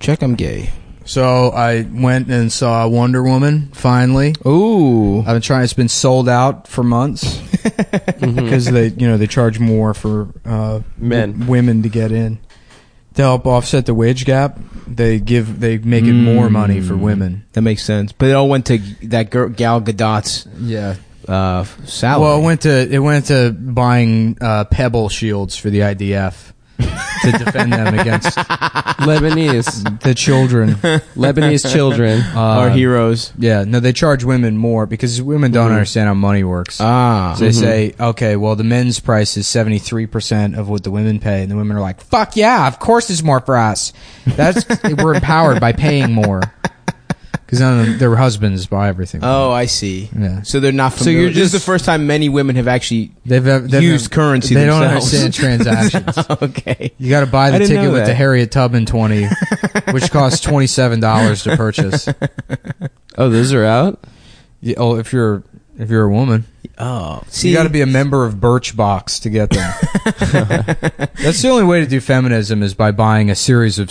Check I'm gay. So I went and saw Wonder Woman finally. Ooh. I've been trying. It's been sold out for months because they, you know, they charge more for uh, Men. w- women to get in to help offset the wage gap. They give they make it more money for women. That makes sense. But it all went to that girl, Gal Gadot's Yeah. uh, salary. Well, it went to it went to buying uh, pebble shields for the IDF to defend them against Lebanese the children. Lebanese children are heroes. Yeah, no, they charge women more because women don't understand how money works. ah. So they say, okay, well, the men's price is 73% of what the women pay. And the women are like, fuck yeah, of course it's more for us. That's, we're empowered by paying more. Because none of them, their husbands buy everything. Oh, I see. Mm-hmm. Yeah. So they're not familiar. So you're just, this is the first time many women have actually. they've, they've, used currency They themselves. don't understand transactions. okay. You got to buy I the didn't ticket know with the that. Harriet Tubman 20, which costs $27 to purchase. Oh, those are out. Yeah, Oh, if you're, if you're a woman. Oh, see, you got to be a member of Birchbox to get them. That's the only way to do feminism is by buying a series of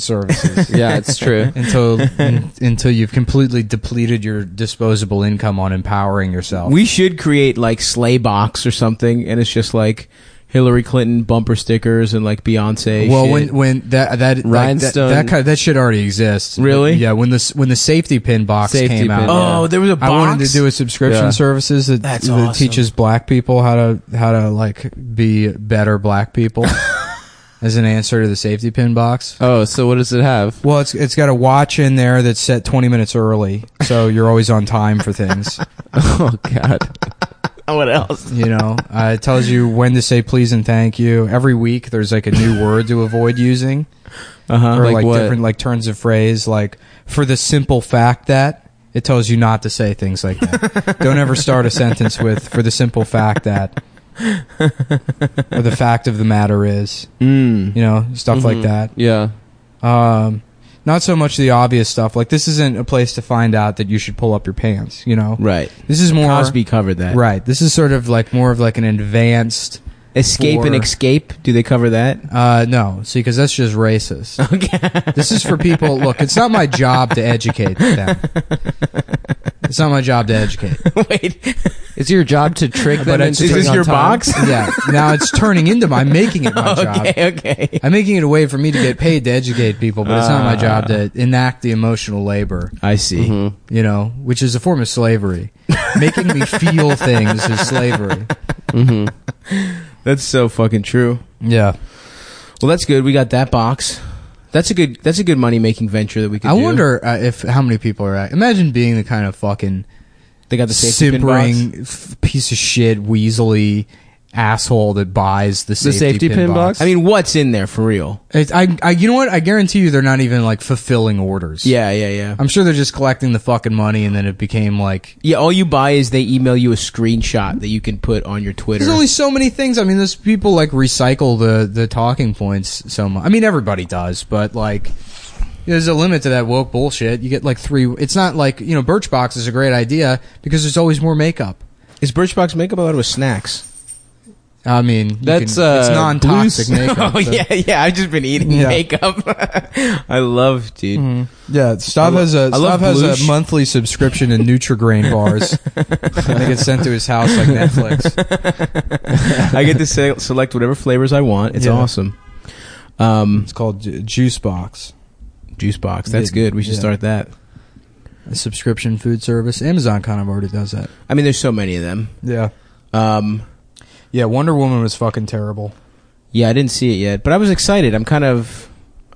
services Yeah, it's true. until un- until you've completely depleted your disposable income on empowering yourself. We should create like sleigh box or something, and it's just like Hillary Clinton bumper stickers and like Beyonce. well, shit. when when that that like, Rhinestone. that that, kind that shit already exists. Really? Yeah. When this when the safety pin box Safety came out. pin, yeah. oh, there was a box. I wanted to do a subscription Yeah. services that, That's that awesome. teaches black people how to how to like be better black people as an answer to the safety pin box. Oh, so what does it have? Well, it's it's got a watch in there that's set 20 minutes early, so you're always on time for things. Oh God. what else? You know, uh, it tells you when to say please and thank you. Every week, there's like a new word to avoid using, Uh huh. Uh-huh. or Like, like, what? different like turns of phrase. Like for the simple fact that it tells you not to say things like that. Don't ever start a sentence with for the simple fact that, or the fact of the matter is. Mm. You know, stuff Mm-hmm. like that. Yeah. Um, not so much the obvious stuff. Like this isn't a place to find out that you should pull up your pants. You know, Right. this is more Cosby covered that. right. This is sort of like more of like an advanced. Escape and For- escape. Do they cover that? Uh, no, see, because that's just racist. Okay. this is for people. Look, it's not my job to educate them. It's not my job to educate. Wait. It's your job to trick them But it's- into is this being on your time? box? Yeah. Now it's turning into my. I'm making it my job. okay. Okay. I'm making it a way for me to get paid to educate people, but it's not my job to Ah. enact the emotional labor. I see. you know, which is a form of slavery. Making me feel things is slavery. That's so fucking true. Yeah. Well, that's good. We got that box. That's a good. That's a good money making venture that we could. I do. wonder uh, if how many people are. At, imagine being the kind of fucking They got the safety pin box. simpering f- piece of shit, weaselly asshole that buys the safety, safety pin, pin box. box? I mean, what's in there for real? It's, I, I, you know what? I guarantee you, they're not even like fulfilling orders. Yeah, yeah, yeah. I'm sure they're just collecting the fucking money, and then it became like. Yeah, all you buy is they email you a screenshot that you can put on your Twitter. There's only so many things. I mean, those people like recycle the the talking points so much. I mean, everybody does, but like, there's a limit to that woke bullshit. You get like three. It's not like you know, Birchbox is a great idea because there's always more makeup. Is Birchbox makeup out of snacks? I mean, you That's, can- it's uh, non toxic Blue's- makeup. oh so- yeah, yeah. I've just been eating Yeah. makeup. I love, dude. Mm-hmm. yeah. Stav lo- has a I love Stav has Blue's. a monthly subscription to Nutrigrain bars. and they get sent to his house like Netflix. I get to se- select whatever flavors I want. It's Yeah. awesome. Um, It's called Ju- Juice Box, juice box. That's Yeah. good. We should Yeah. start that. a subscription food service. Amazon kind of already does that. I mean, there's so many of them. Yeah. Um, Yeah, Wonder Woman was fucking terrible. yeah, I didn't see it yet, but I was excited. I'm kind of.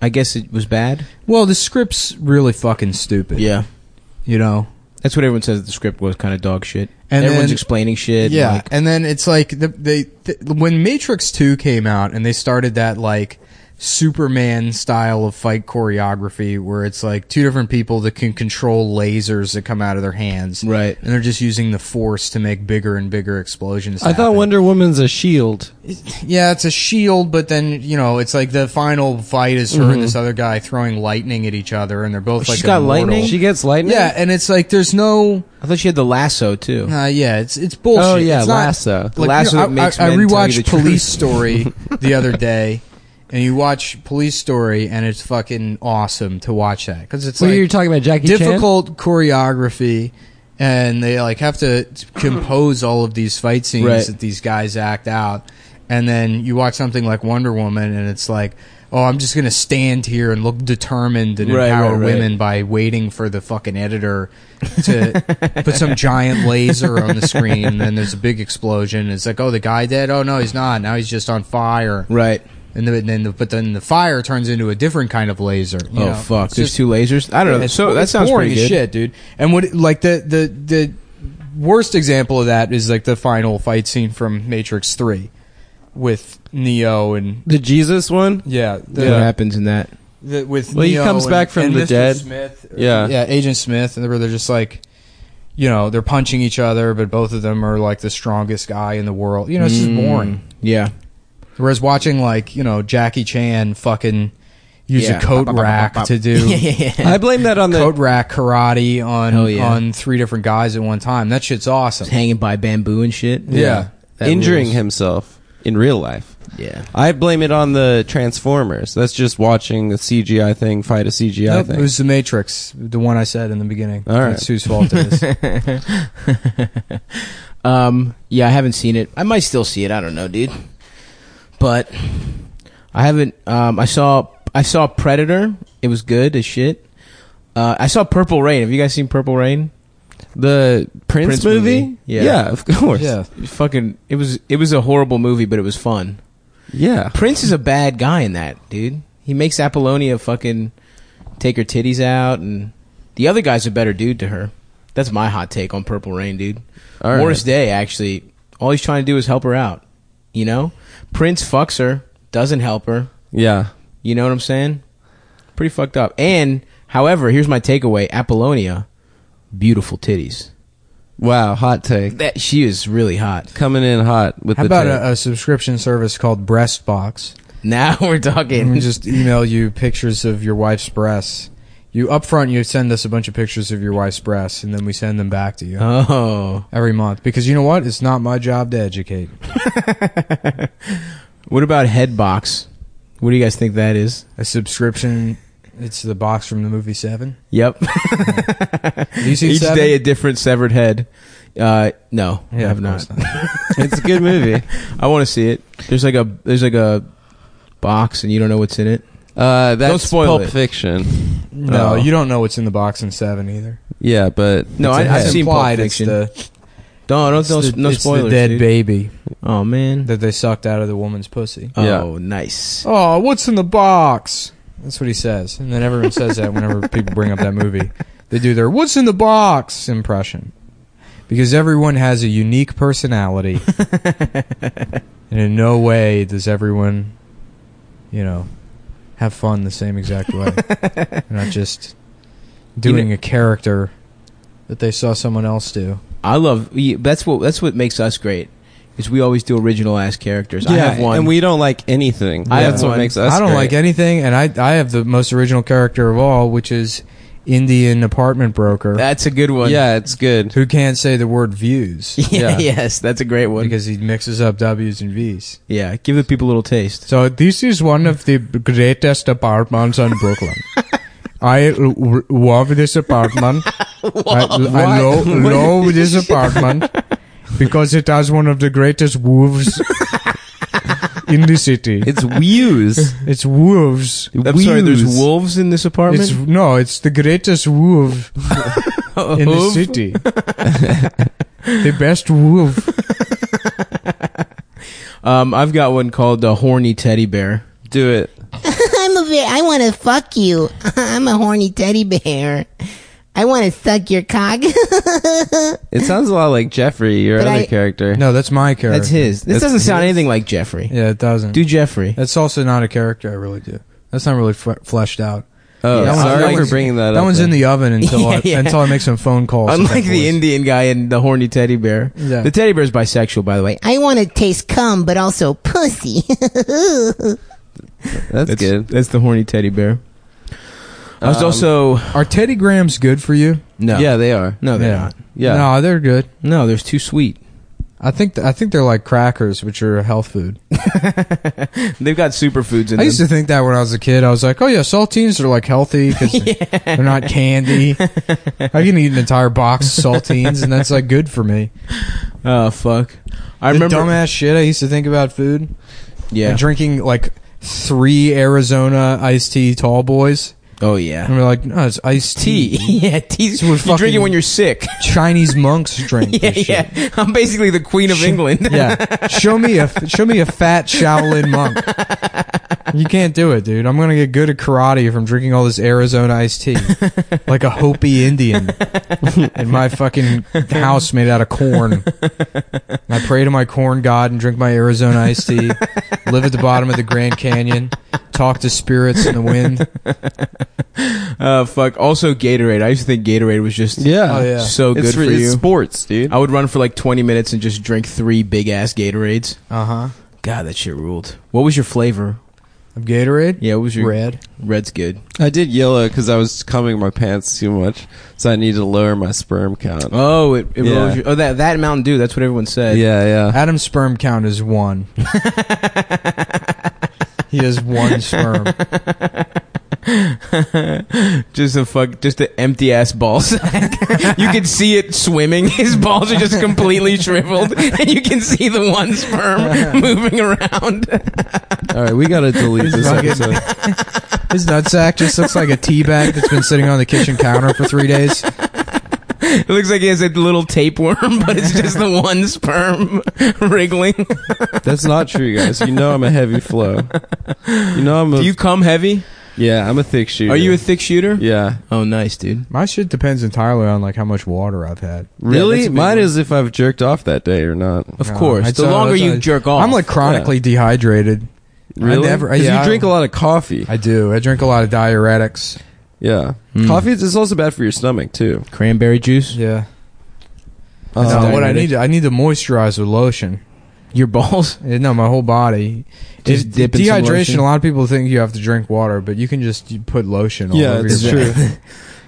I guess it was bad. Well, the script's really fucking stupid. Yeah, You know? that's what everyone says. The script was kind of dog shit. And Everyone's then- explaining shit. yeah. like- and then it's like, the, they, th- when Matrix 2 came out and they started that, like, Superman style of fight choreography where it's like two different people that can control lasers that come out of their hands. Right. And they're just using the force to make bigger and bigger explosions. I thought happen. Wonder Woman's a shield. Yeah, it's a shield, but then, you know, it's like the final fight is her and this other guy throwing lightning at each other and they're both She's like. Mm-hmm. got immortal. lightning? She gets lightning. Yeah, and it's like there's no. I thought she had the lasso too. Uh, yeah, it's it's bullshit. Oh, yeah, it's not- lasso. like, Lasso you know, that makes I, I, I men tell you rewatched the Police Story the other day, and you watch Police Story, and it's fucking awesome to watch that because it's Well, like you're talking about Jackie Chan. difficult choreography, and they like have to t- compose all of these fight scenes Right. that these guys act out. And then you watch something like Wonder Woman, and it's like, oh, I'm just gonna stand here and look determined and Right, right, empower right. women by waiting for the fucking editor to put some giant laser on the screen. And then there's a big explosion. It's like, oh, the guy dead? Oh no, he's not. Now he's just on fire. Right. And, the, and then, the, but then the fire turns into a different kind of laser. you oh know? fuck! It's There's just- two lasers. I don't know. it's- So that it's sounds boring pretty as good. shit, dude. And what like the the the worst example of that is like the final fight scene from Matrix Three with Neo and The Jesus one. yeah, the, What happens in that? the- with Well, he Neo comes and- back from and the Mr. dead. Smith, or- Yeah. yeah, Agent Smith, and where they're just like. You know they're punching each other, but both of them are like the strongest guy in the world. You know it's just Hmm. boring. Mm. Yeah. Whereas watching like you know Jackie Chan fucking use Yeah. a Bop, coat bop, bop, rack bop, bop. to do I blame that on the coat rack karate Hell on yeah. on three different guys at one time. That shit's awesome. Hanging by bamboo and shit. Yeah. That injuring rules. himself in real life. Yeah. I blame it on the Transformers. That's just watching a CGI thing fight a CGI Nope, thing. it was the Matrix, the one I said in the beginning. All right. That's whose fault it is. um, yeah, I haven't seen it. I might still see it. I don't know, dude. But I haven't. Um, I saw. I saw Predator. It was good as shit. Uh, I saw Purple Rain. Have you guys seen Purple Rain? the Prince, Prince movie? movie? Yeah. of course. yeah, It was fucking. It was. It was a horrible movie, but it was fun. Yeah. Prince is a bad guy in that, dude. He makes Apollonia fucking take her titties out, and the other guy's a better dude to her. That's my hot take on Purple Rain, dude. All right. Morris Day actually, all he's trying to do is help her out. You know, Prince fucks her, doesn't help her. Yeah. You know what I'm saying? Pretty fucked up. And however, here's my takeaway: Apollonia, beautiful titties. Wow, hot take. That she is really hot. Coming in hot with how the about take. a, a subscription service called Breastbox? Now we're And we talking. just email you pictures of your wife's breasts. You up front, you send us a bunch of pictures of your wife's breasts, and then we send them back to you Oh, every month. Because you know what? It's not my job to educate. what about Headbox? What do you guys think that is? A subscription. It's the box from the movie Seven. Yep. Have you seen Each Seven? day a different severed head. Uh, no, yeah, I have of not. course it's a good movie. I want to see it. There's like a there's like a box and you don't know what's in it. Uh, that's spoil Pulp it. Fiction. No, Oh. you don't know what's in the box in Seven either. Yeah, but No, it's I- a I've head. seen- Pulp Implied Fiction. It's the, Don't don't it's don't the- no it's the spoilers. dead dude. baby Oh man. that they sucked out of the woman's pussy. Yeah. Oh nice. Oh, what's in the box? That's what he says, and then everyone says that whenever people bring up that movie. They do their "What's in the box" impression because everyone has a unique personality, and in no way does everyone, you know, have fun the same exact way. They're not just You know- doing a character that they saw someone else do. I love we- that's what that's what makes us great is we always do original ass characters. I Yeah, have one. and we don't like anything. I that's have what one. makes us I don't great. like anything, and I I have the most original character of all, which is Indian apartment broker that's a good one. Yeah, it's good. who can't say the word views yeah. Yeah. Yes, that's a great one. because he mixes up W's and V's. yeah, give the people a little taste. So this is one of the greatest apartments in Brooklyn. I l- love this apartment. I, I lo- love this apartment because it has one of the greatest wolves in the city. It's Wews. It's wolves. I'm sorry. There's wolves in this apartment. It's no, it's the greatest wolf in the Wolf? city. the best wolf. Um, I've got one called the horny teddy bear. Do it. I'm a very, I want to fuck you. I'm a horny teddy bear. I want to suck your cock. It sounds a lot like Jeffrey, your But other I- character. No, that's my character. That's his. This That's doesn't sound anything like Jeffrey. Yeah, it doesn't. Do Jeffrey. That's also not a character I really do. That's not really f- fleshed out. Oh, Yeah, that sorry one's- for bringing that, That, up. one's in the oven until I, Yeah, yeah. until I make some phone calls. with Unlike that the voice. Indian guy and the horny teddy bear. Yeah. The teddy bear is bisexual, by the way. I want to taste cum, but also pussy. there. That's, good. That's the horny teddy bear. I was Um, also Are Teddy Grahams good for you? no. Yeah, they are. No, they're Yeah. not. Yeah. No, they're good. No, there's too sweet. I think th- I think they're like crackers, which are a health food. They've got superfoods in I used them. to think that when I was a kid, I was like, oh yeah, saltines are like healthy because they're not candy. I can eat an entire box of saltines, and that's like good for me. oh fuck! I the remember. dumbass shit I used to think about food. yeah. And drinking like three Arizona iced tea tall boys, oh yeah. and we're like, no, it's iced Tea. tea. yeah, tea. So we're you drink it fucking- when you're sick. Chinese monks drink. yeah, this shit. yeah. I'm basically the queen of Sh- England. yeah. Show me a show me a fat Shaolin monk. You can't do it, dude. I'm gonna get good at karate from drinking all this Arizona iced tea, like a Hopi Indian, in my fucking house made out of corn. I pray to my corn god and drink my Arizona iced tea. Live at the bottom of the Grand Canyon. Talk to spirits in the wind. Uh, fuck. Also, Gatorade. I used to think Gatorade was just Yeah. Oh, yeah. so good it's, for re- it's you. sports, dude. I would run for like 20 minutes and just drink three big ass Gatorades. Uh huh. God, that shit ruled. What was your flavor? Gatorade. Yeah, what was your Red. Red's good. I did yellow because I was cumming my pants too much, so I need to lower my sperm count. Oh, it, it Yeah. rolls your, oh that that Mountain Dew. That's what everyone yeah, said. yeah. Adam's sperm count is one. he has one sperm. Just a fuck, just an empty ass ball sack. you can see it swimming. His balls are just completely shriveled, and you can see the one sperm moving around. All right, we gotta delete this Fucking- episode. His nutsack just looks like a tea bag that's been sitting on the kitchen counter for three days. It looks like he has a little tapeworm, but it's just the one sperm wriggling. That's not true, guys. You know I'm a heavy flow. You know I'm a Do you come heavy? yeah. I'm a thick shooter. Are you a thick shooter? yeah? Oh, nice, dude. My shit depends entirely on like how much water I've had. Really? that's a big Mine one. is if I've jerked off that day or not. Of No, course. it's The not- longer it's you not- jerk off, I'm like chronically dehydrated. Really? never- I- 'Cause yeah, I you drink a don't- lot of coffee. I do. I drink a lot of diuretics. yeah. Mm. Coffee is it's also bad for your stomach too. cranberry juice. Yeah. Oh, Um, Oh, no, what I diuretic. need, I need to moisturize with lotion. Your balls. Eh, No, my whole body. Just It- dip in some dehydration. lotion. A lot of people think you have to drink water, but you can just you put lotion. All yeah, over it's your true.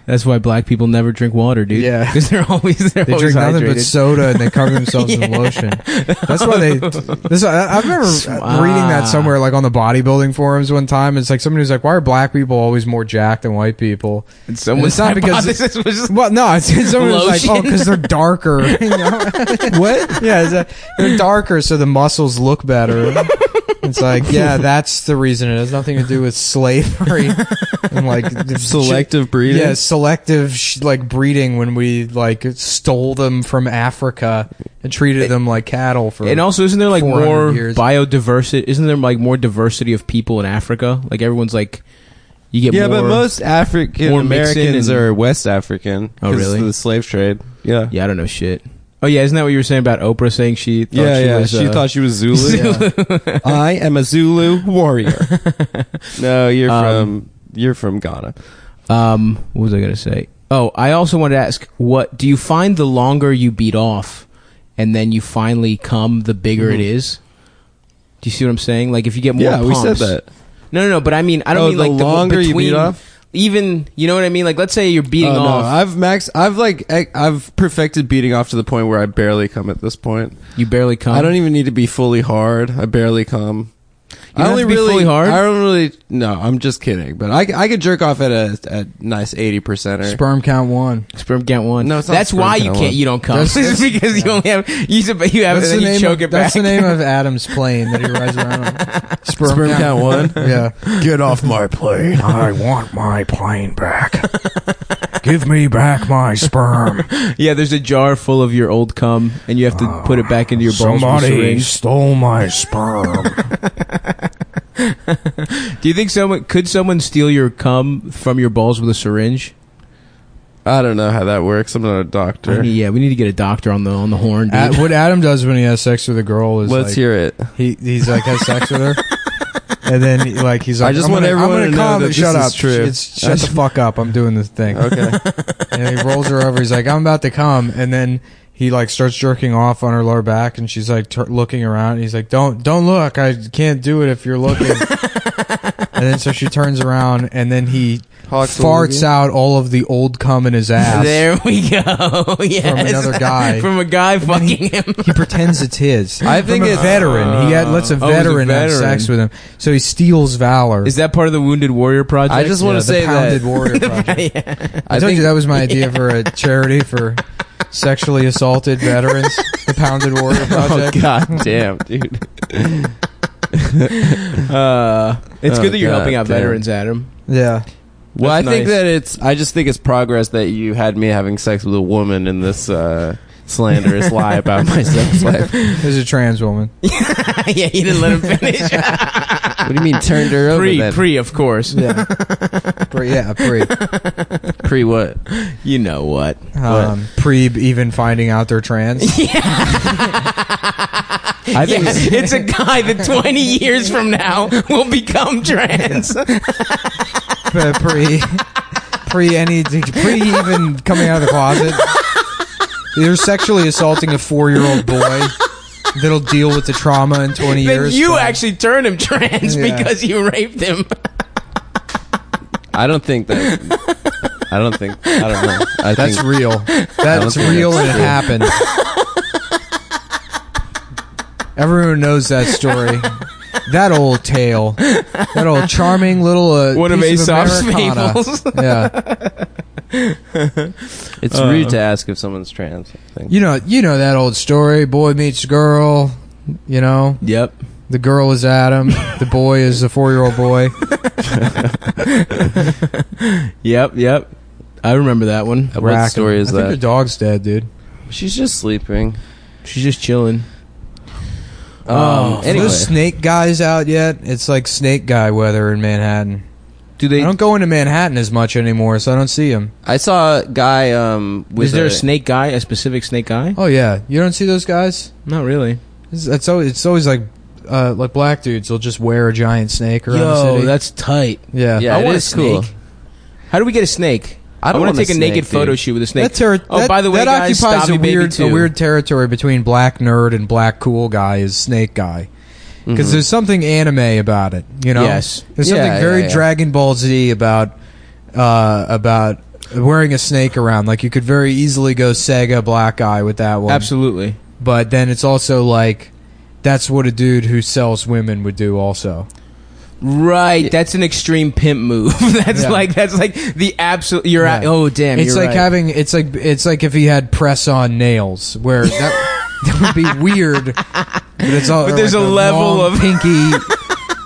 That's why black people never drink water, dude. Yeah. because they're always they're They always drink nothing but hydrated. soda and they cover themselves in lotion. That's why they. This, I, I remember Wow. reading that somewhere, like on the bodybuilding forums one time. It's like somebody was like, "Why are black people always more jacked than white people?" And someone's It's not because- hypothesis was Well, no, it's, it's someone was like, "Oh, Lotion. because they're darker." You know? what? Yeah, it's like, they're darker, so the muscles look better. It's like, yeah, that's the reason. It has nothing to do with slavery and like the Selective breeding. yeah, selective sh- like breeding when we like stole them from Africa and treated them like cattle for. And also, isn't there like 400 more years. biodiversity? Isn't there like more diversity of people in Africa? Like everyone's like, you get Yeah, more. but most African more mixed in Americans and- are West African. Oh, 'cause really? of The slave trade. Yeah. yeah, I don't know shit. Oh yeah, isn't that what you were saying about Oprah saying she thought Yeah, she yeah. was? she uh, thought she was Zulu. I am a Zulu warrior. no, you're Um, from you're from Ghana. Um, what was I gonna say? Oh, I also wanted to ask, what do you find the longer you beat off, and then you finally come, the bigger it is? Do you see what I'm saying? Like if you get more, Mm-hmm. yeah, we said pumps- that. No, no, no. But I mean, I don't Oh, mean the like the longer you beat between, off? Even you know what I mean? Like let's say you're beating Oh, no, off, I've max. I've like I- I've perfected beating off to the point where I barely come at this point. you barely come. I don't even need to be fully hard. I barely come. don't I have only to be really fully hard? I don't really. No, I'm just kidding. But I, c- I could jerk off at a, a nice eighty percenter. sperm count one. Sperm count one. No, it's not that's sperm why you count can't. one. You don't come. That's- It's because you only have you, sub- you have That's and the then you name. choke Of, it that's back. the name of Adam's plane that he rides around on. Sperm, Sperm count one. Yeah. Get off my plane. I want my plane back. Give me back my sperm. yeah, there's a jar full of your old cum, and you have to put it back into your balls. with a Somebody syringe. stole my sperm. Do you think someone could someone steal your cum from your balls with a syringe? I don't know how that works. I'm not a doctor. I mean, yeah, we need to get a doctor on the on the horn, dude. Ad- what Adam does when he has sex with a girl is Let's like, hear it. he he's like has sex with her. And then he, like he's like, I just am want gonna, everyone I'm gonna to know come that and this shut is up. true. It's, shut the fuck up. I'm doing this thing. Okay. and he rolls her over. He's like, I'm about to come, and then he like starts jerking off on her lower back, and she's like tur looking around. And he's like, Don't, don't look. I can't do it if you're looking. and then so she turns around, and then he Hawks farts Olivia. out all of the old cum in his ass. There we go. yes. another guy. From a guy fucking him. He pretends it's his. I think From a it's- veteran. he had, lets a Oh, he's a veteran, have veteran. sex with him, so he steals Valor. Is that part of the Wounded Warrior Project? I just Yeah, want the to say Pounded that Warrior Project. I, I told think you that was my idea for a charity for sexually assaulted veterans. The Pounded Warrior Oh Project. god damn, dude. Uh, it's Oh, good that you're God helping out damn. veterans, Adam. Yeah. Well, That's I think nice. that it's. I just think it's progress that you had me having sex with a woman in this uh, slanderous lie about my sex life. What There's a trans woman. yeah, you didn't let him finish. do you mean turned her over? pre, then? pre, of course. Yeah. Pre, yeah, pre. pre what? You know what? Um, pre even finding out they're trans. I think Yeah, it's a guy that 20 years from now will become trans. Uh, pre pre any pre even coming out of the closet. You're sexually assaulting a four year old boy that'll deal with the trauma in twenty then years. you from- actually turned him trans Yeah. because you raped him. I don't think that. I don't think. I don't know. I That's think, real. That's think real and that's it happened. Everyone knows that story. That old tale. That old charming little uh, One of piece Aesop's Americana. fables. Yeah. it's rude to ask if someone's trans. I think. You know you know that old story, boy meets girl, you know. Yep. The girl is Adam. The boy is a four-year-old boy. Yep. Yep. I remember that one. What story is I that? Think the dog's dead, dude. She's just sleeping. She's just chilling. Um, Oh, anyway, those snake guys out yet? It's like snake guy weather in Manhattan. do I they? I, don't go into Manhattan as much anymore, so I don't see them. saw a guy. Um, with Is there a snake guy? A specific snake guy? Oh yeah, you don't see those guys. Not really. It's, it's always it's always like uh, like black dudes will just wear a giant snake around the Yo, city. that's tight. yeah, Yeah, I it want a is cool. snake. How do we get a snake? I don't wanna want take a, snake, naked photo dude. shoot with a snake. That, ter- oh, that- by the way, that guys, occupies Stabby a weird, Baby a 2. weird territory between black nerd and black cool guy is snake guy. Because there's something anime about it, you know. Mm-hmm. Yes. there's Yeah, something yeah, very yeah. Dragon Ball Z about uh, about wearing a snake around. Like you could very easily go Sega black guy with that one. Absolutely. but then it's also like that's what a dude who sells women would do. Also, Right, that's an extreme pimp move. that's Yeah. like that's like the absolute. You're at, Yeah. oh damn. it's you're like right. having it's like it's like if he had press on nails where that, that would be weird but it's all But there's like a level long, of- pinky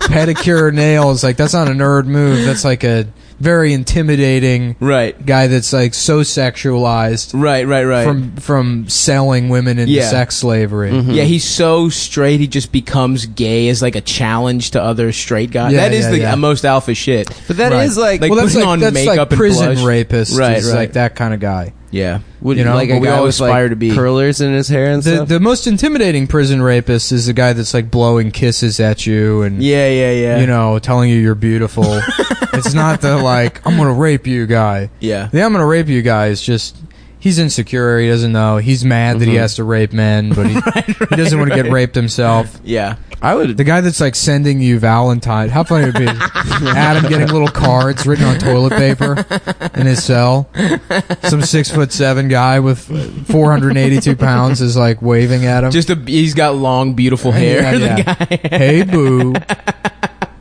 pedicure nails like that's not a nerd move that's like a very intimidating right, guy that's like so sexualized right, right, right. from from selling women into Yeah. Mm-hmm. sex slavery yeah, he's so straight. He just becomes gay as like a challenge to other straight guys. Yeah, that is yeah, the uh, yeah. most alpha shit. But that is Right. like, Like- well that's putting like on that's like makeup and prison blush. rapist Right, is right. like that kind of guy Yeah, would, you know, like a what we guy all with, like, aspire to be. curlers in his hair and the, stuff. the most intimidating prison rapist is the guy that's like blowing kisses at you and yeah, yeah, yeah. you know, telling you you're beautiful. it's not the like I'm gonna rape you guy. yeah, The I'm gonna rape you guy is just he's insecure. He doesn't know. He's mad that he has to rape men, but he, he doesn't want to get raped himself. yeah. I would. The guy that's like sending you Valentine. How funny it would be Adam getting little cards written on toilet paper in his cell. Some six foot seven guy with 482 pounds is like waving at him. Just a, he's got long, beautiful hair. Yeah, the yeah. guy. hey boo.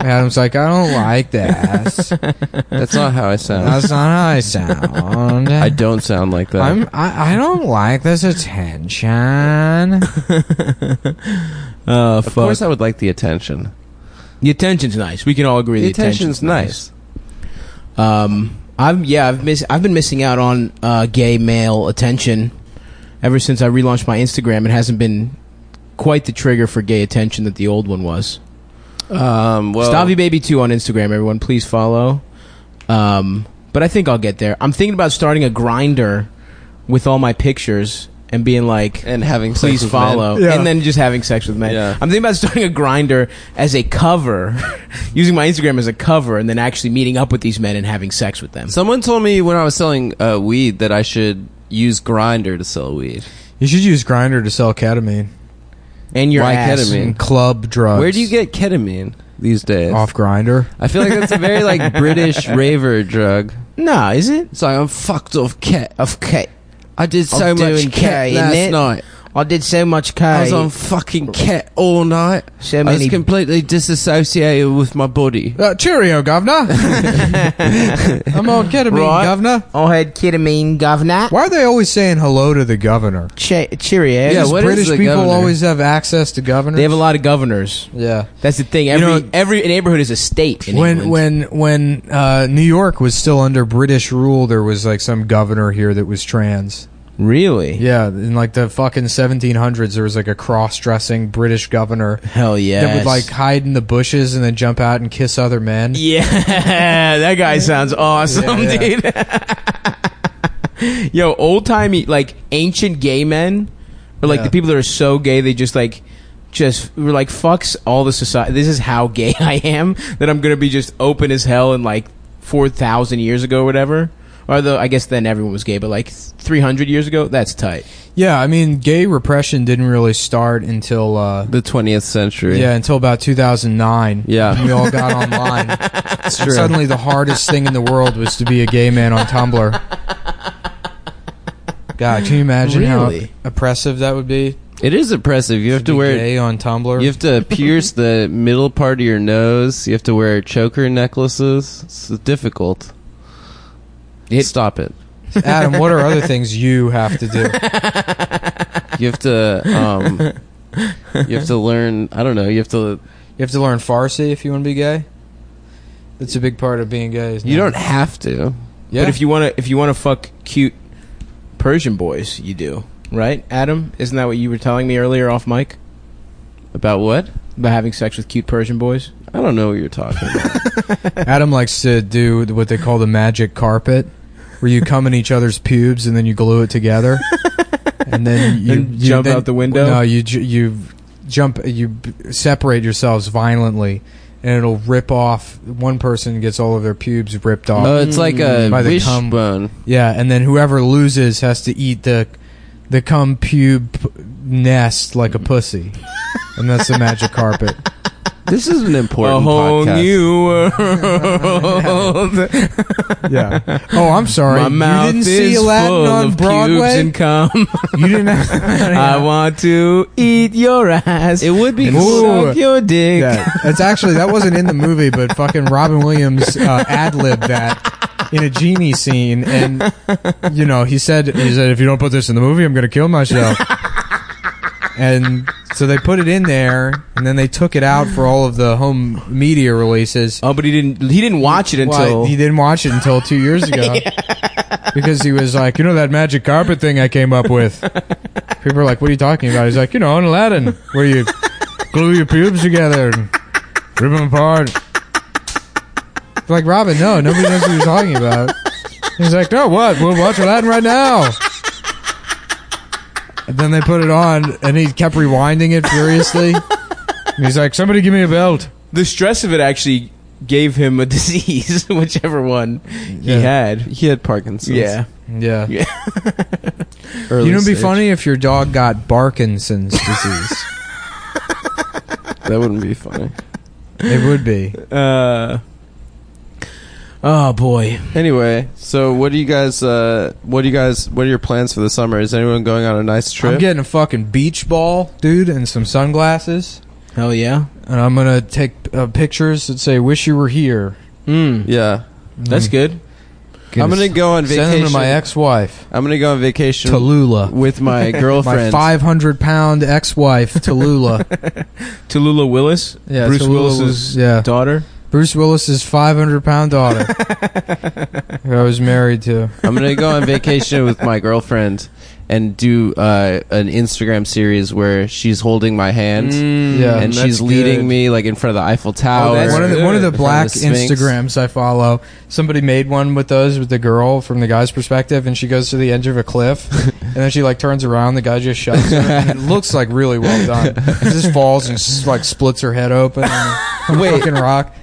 Adam's like, I don't like that. that's not how I sound. That's not how I sound. I don't sound like that. I'm, I, I don't like this attention. Oh of course, I would like the attention. the attention's nice. We can all agree. The The, attention's nice. Um, I've yeah, I've miss I've been missing out on uh, gay male attention ever since I relaunched my Instagram. It hasn't been quite the trigger for gay attention that the old one was. Um, well, Stabby Baby Two on Instagram, everyone, please follow. Um, but I think I'll get there. I'm thinking about starting a grinder with all my pictures and being like. and having sex Please with men. follow, Yeah. and then just having sex with men. Yeah. I'm thinking about starting a grinder as a cover, using my Instagram as a cover, and then actually meeting up with these men and having sex with them. Someone told me when I was selling uh, weed that I should use grinder to sell weed. You should use Grinder to sell ketamine and your Why ass. ketamine? and club drugs. Where do you get ketamine? these days. off grinder. I feel like that's a very like British raver drug. Nah, is it? It's like I'm fucked off cat. Of K. I did so I'm much doing cat K, last innit? night. I did so much K. I was on fucking cat all night. So I was many- completely disassociated with my body. Uh, cheerio, governor. I'm on ketamine, Right. governor. I had ketamine, governor. Why are they always saying hello to the governor? Che- cheerio. Yeah, These what is British the people governor? always have access to governors. They have a lot of governors. yeah. That's the thing. Every know- every neighborhood is a state. In when England. when when uh, New York was still under British rule, there was like some governor here that was trans. really? Yeah, in like the fucking 1700s, there was like a cross-dressing British governor Hell yeah. that would like hide in the bushes and then jump out and kiss other men. Yeah, that guy sounds awesome, dude. Yo, old timey, like ancient gay men, or like Yeah. the people that are so gay they just like, just were like fucks all the society. This is how gay I am that I'm gonna be just open as hell in like four thousand years ago, or whatever. Or though I guess then everyone was gay, but like three hundred years ago, that's tight. Yeah, I mean, gay repression didn't really start until uh, The 20th century. yeah, until about 2009. Yeah. when we all got online. Suddenly, the hardest thing in the world was to be a gay man on Tumblr. God, can you imagine Really? how oppressive that would be? It is oppressive. You have to to be wear gay on Tumblr. You have to pierce the middle part of your nose. You have to wear choker necklaces. It's difficult. Stop it. Adam, what are other things you have to do? You have to. Um, you have to learn. I don't know. You have to. You have to learn Farsi if you want to be gay. That's a big part of being gay. Isn't You it? don't have to. Yeah. But if you wanna, if you wanna fuck cute Persian boys, you do, right? Adam, isn't that what you were telling me earlier off mic? About what? About having sex with cute Persian boys? I don't know what you're talking about. Adam likes to do what they call the magic carpet, where you come in each other's pubes and then you glue it together, and then you, And you- jump then- out the window? No, you ju- you jump you b- separate yourselves violently, and it'll rip off. One person gets all of their pubes ripped off. Oh, it's like a By the cum. wishbone. Yeah, and then whoever loses has to eat the the cum pube nest like a pussy, and that's the magic carpet. This is an important a whole podcast. new world. Yeah. Oh, I'm sorry. My mouth you didn't is see Aladdin full on of Broadway. pubes and cum. you didn't. Have- I want to eat your ass. It would be and cool. suck your dick. Yeah, that's actually that wasn't in the movie, but fucking Robin Williams uh, ad libbed that in a genie scene, and you know he said he said if you don't put this in the movie, I'm gonna kill myself. and so they put it in there, and then they took it out for all of the home media releases. Oh, but he didn't. He didn't watch it until. Why, he didn't watch it until two years ago because he was like, you know, that magic carpet thing I came up with. People are like, what are you talking about? He's like, you know, in Aladdin, where you glue your pubes together and rip them apart. They're like, Robin, no, nobody knows what you're talking about. He's like, no, what? We'll watch Aladdin right now. And then they put it on, and he kept rewinding it furiously. And he's like, somebody give me a belt. the stress of it actually gave him a disease, whichever one Yeah. he had. He had Parkinson's. Yeah. Yeah. Early you know, it'd be stage. funny if your dog got Parkinson's disease. That wouldn't be funny. it would be. Uh. Oh boy. Anyway, so what do you guys? Uh, what do you guys? What are your plans for the summer? Is anyone going on a nice trip? I'm getting a fucking beach ball, dude, and some sunglasses, Hell yeah. and I'm gonna take uh, pictures that say "Wish you were here." Mm. Mm, yeah, That's good. I'm gonna go on vacation. send them to my ex-wife, I'm gonna go on vacation Tallulah, with my my girlfriend. 500 pound ex-wife, Tallulah. Tallulah Willis. Yeah, Bruce Tallulah Willis's Wi- yeah. daughter. Bruce Willis's 500 pound daughter, who I was married to. I'm gonna go on vacation with my girlfriend and do uh, an Instagram series where she's holding my hand Mm. Yeah. Mm. and she's leading me like in front of the Eiffel Tower. Oh, that's one of the one of the good. black From the Sphinx. Instagrams I follow. Somebody made one with those with the girl from the guy's perspective, and she goes to the edge of a cliff, and then she like turns around. The guy just shoves her. And it looks like really well done. She just falls and just like splits her head open. And Wait, fucking rock.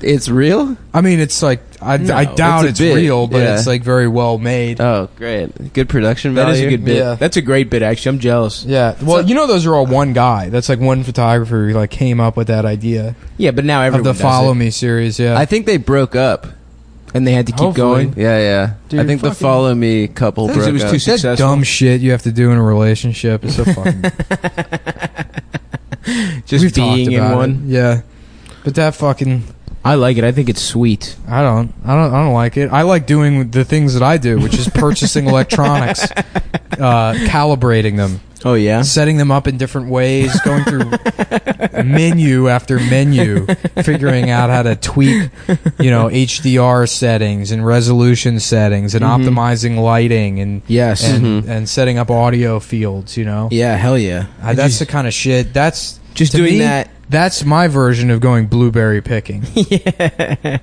it's real? I mean, it's like I, I No, doubt it's it's, a bit, real, but yeah. it's like very well made. Oh, great. Good production That value. is a good bit. Yeah. That's a great bit, actually. I'm jealous. yeah. Well, you know, those are all one guy. That's like one photographer who like came up with that idea Yeah, but now everyone of does the Follow it. Me series. Yeah. I think they broke up. and they had to keep Hopefully. going. Yeah, yeah. I Dude, think the fucking- follow me couple Because broke it was up. too that successful. dumb shit you have to do in a relationship is so fucking. Just we've talked being in about it. one. Yeah. But that fucking I like it. I think it's sweet. I don't I don't I don't like it. I like doing the things that I do, which is purchasing electronics, uh, calibrating them, Oh yeah. setting them up in different ways, going through menu after menu, figuring out how to tweak, you know, HDR settings and resolution settings and Mhm. optimizing lighting and Yes. Mm-hmm. and, Mhm. and setting up audio fields, you know. Yeah. Hell yeah. Uh, that's the kind of shit. That's Just to doing me, that. That's my version of going blueberry picking. yeah.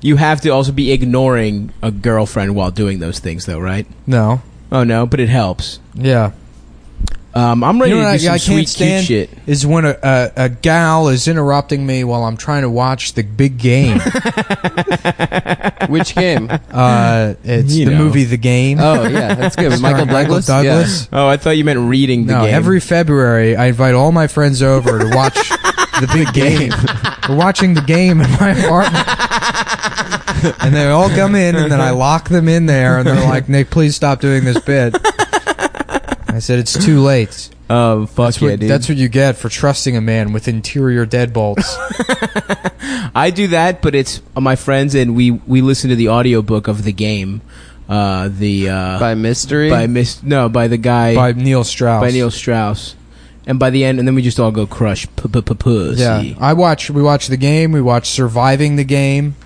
You have to also be ignoring a girlfriend while doing those things, though, right? No. Oh no, but it helps. Yeah. Um, I'm ready You know to what do I- I some can't sweet cute stand? shit. Is when a, a, a gal is interrupting me while I'm trying to watch the big game. Which game? uh, it's You the know. movie The Game. Oh, yeah. That's good. With Michael starring Michael Douglas? Yeah. Douglas. Oh, I thought you meant reading the No, game. every February I invite all my friends over to watch the big game. We're watching the game in my apartment. And they all come in, and then I lock them in there, and they're like, "Nick, please stop doing this bit." I said, "It's too late." oh fuck That's yeah, what, dude. that's what you get for trusting a man with interior deadbolts. I do that, but it's uh, my friends and we we listen to the audiobook of the game. Uh, the uh, By mystery? by Miss no by the guy by Neil Strauss. by Neil Strauss, and by the end, and then we just all go crush p- p- p- pussy. Yeah, I watch. We watch the game. We watch surviving the game.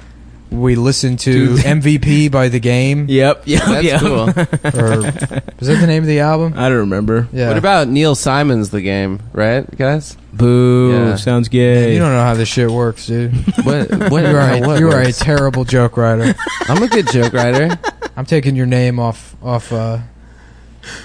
We listen to Dude. MVP by the game. Yep. Yep. That's yep. cool. Or is that the name of the album? I don't remember. Yeah. What about Neil Simon's The Game, right, guys? Boo. Yeah. Sounds gay. You don't know how this shit works, dude. What, what, You are a, what you are a works? terrible joke writer. I'm a good joke writer. I'm taking your name off off. Uh,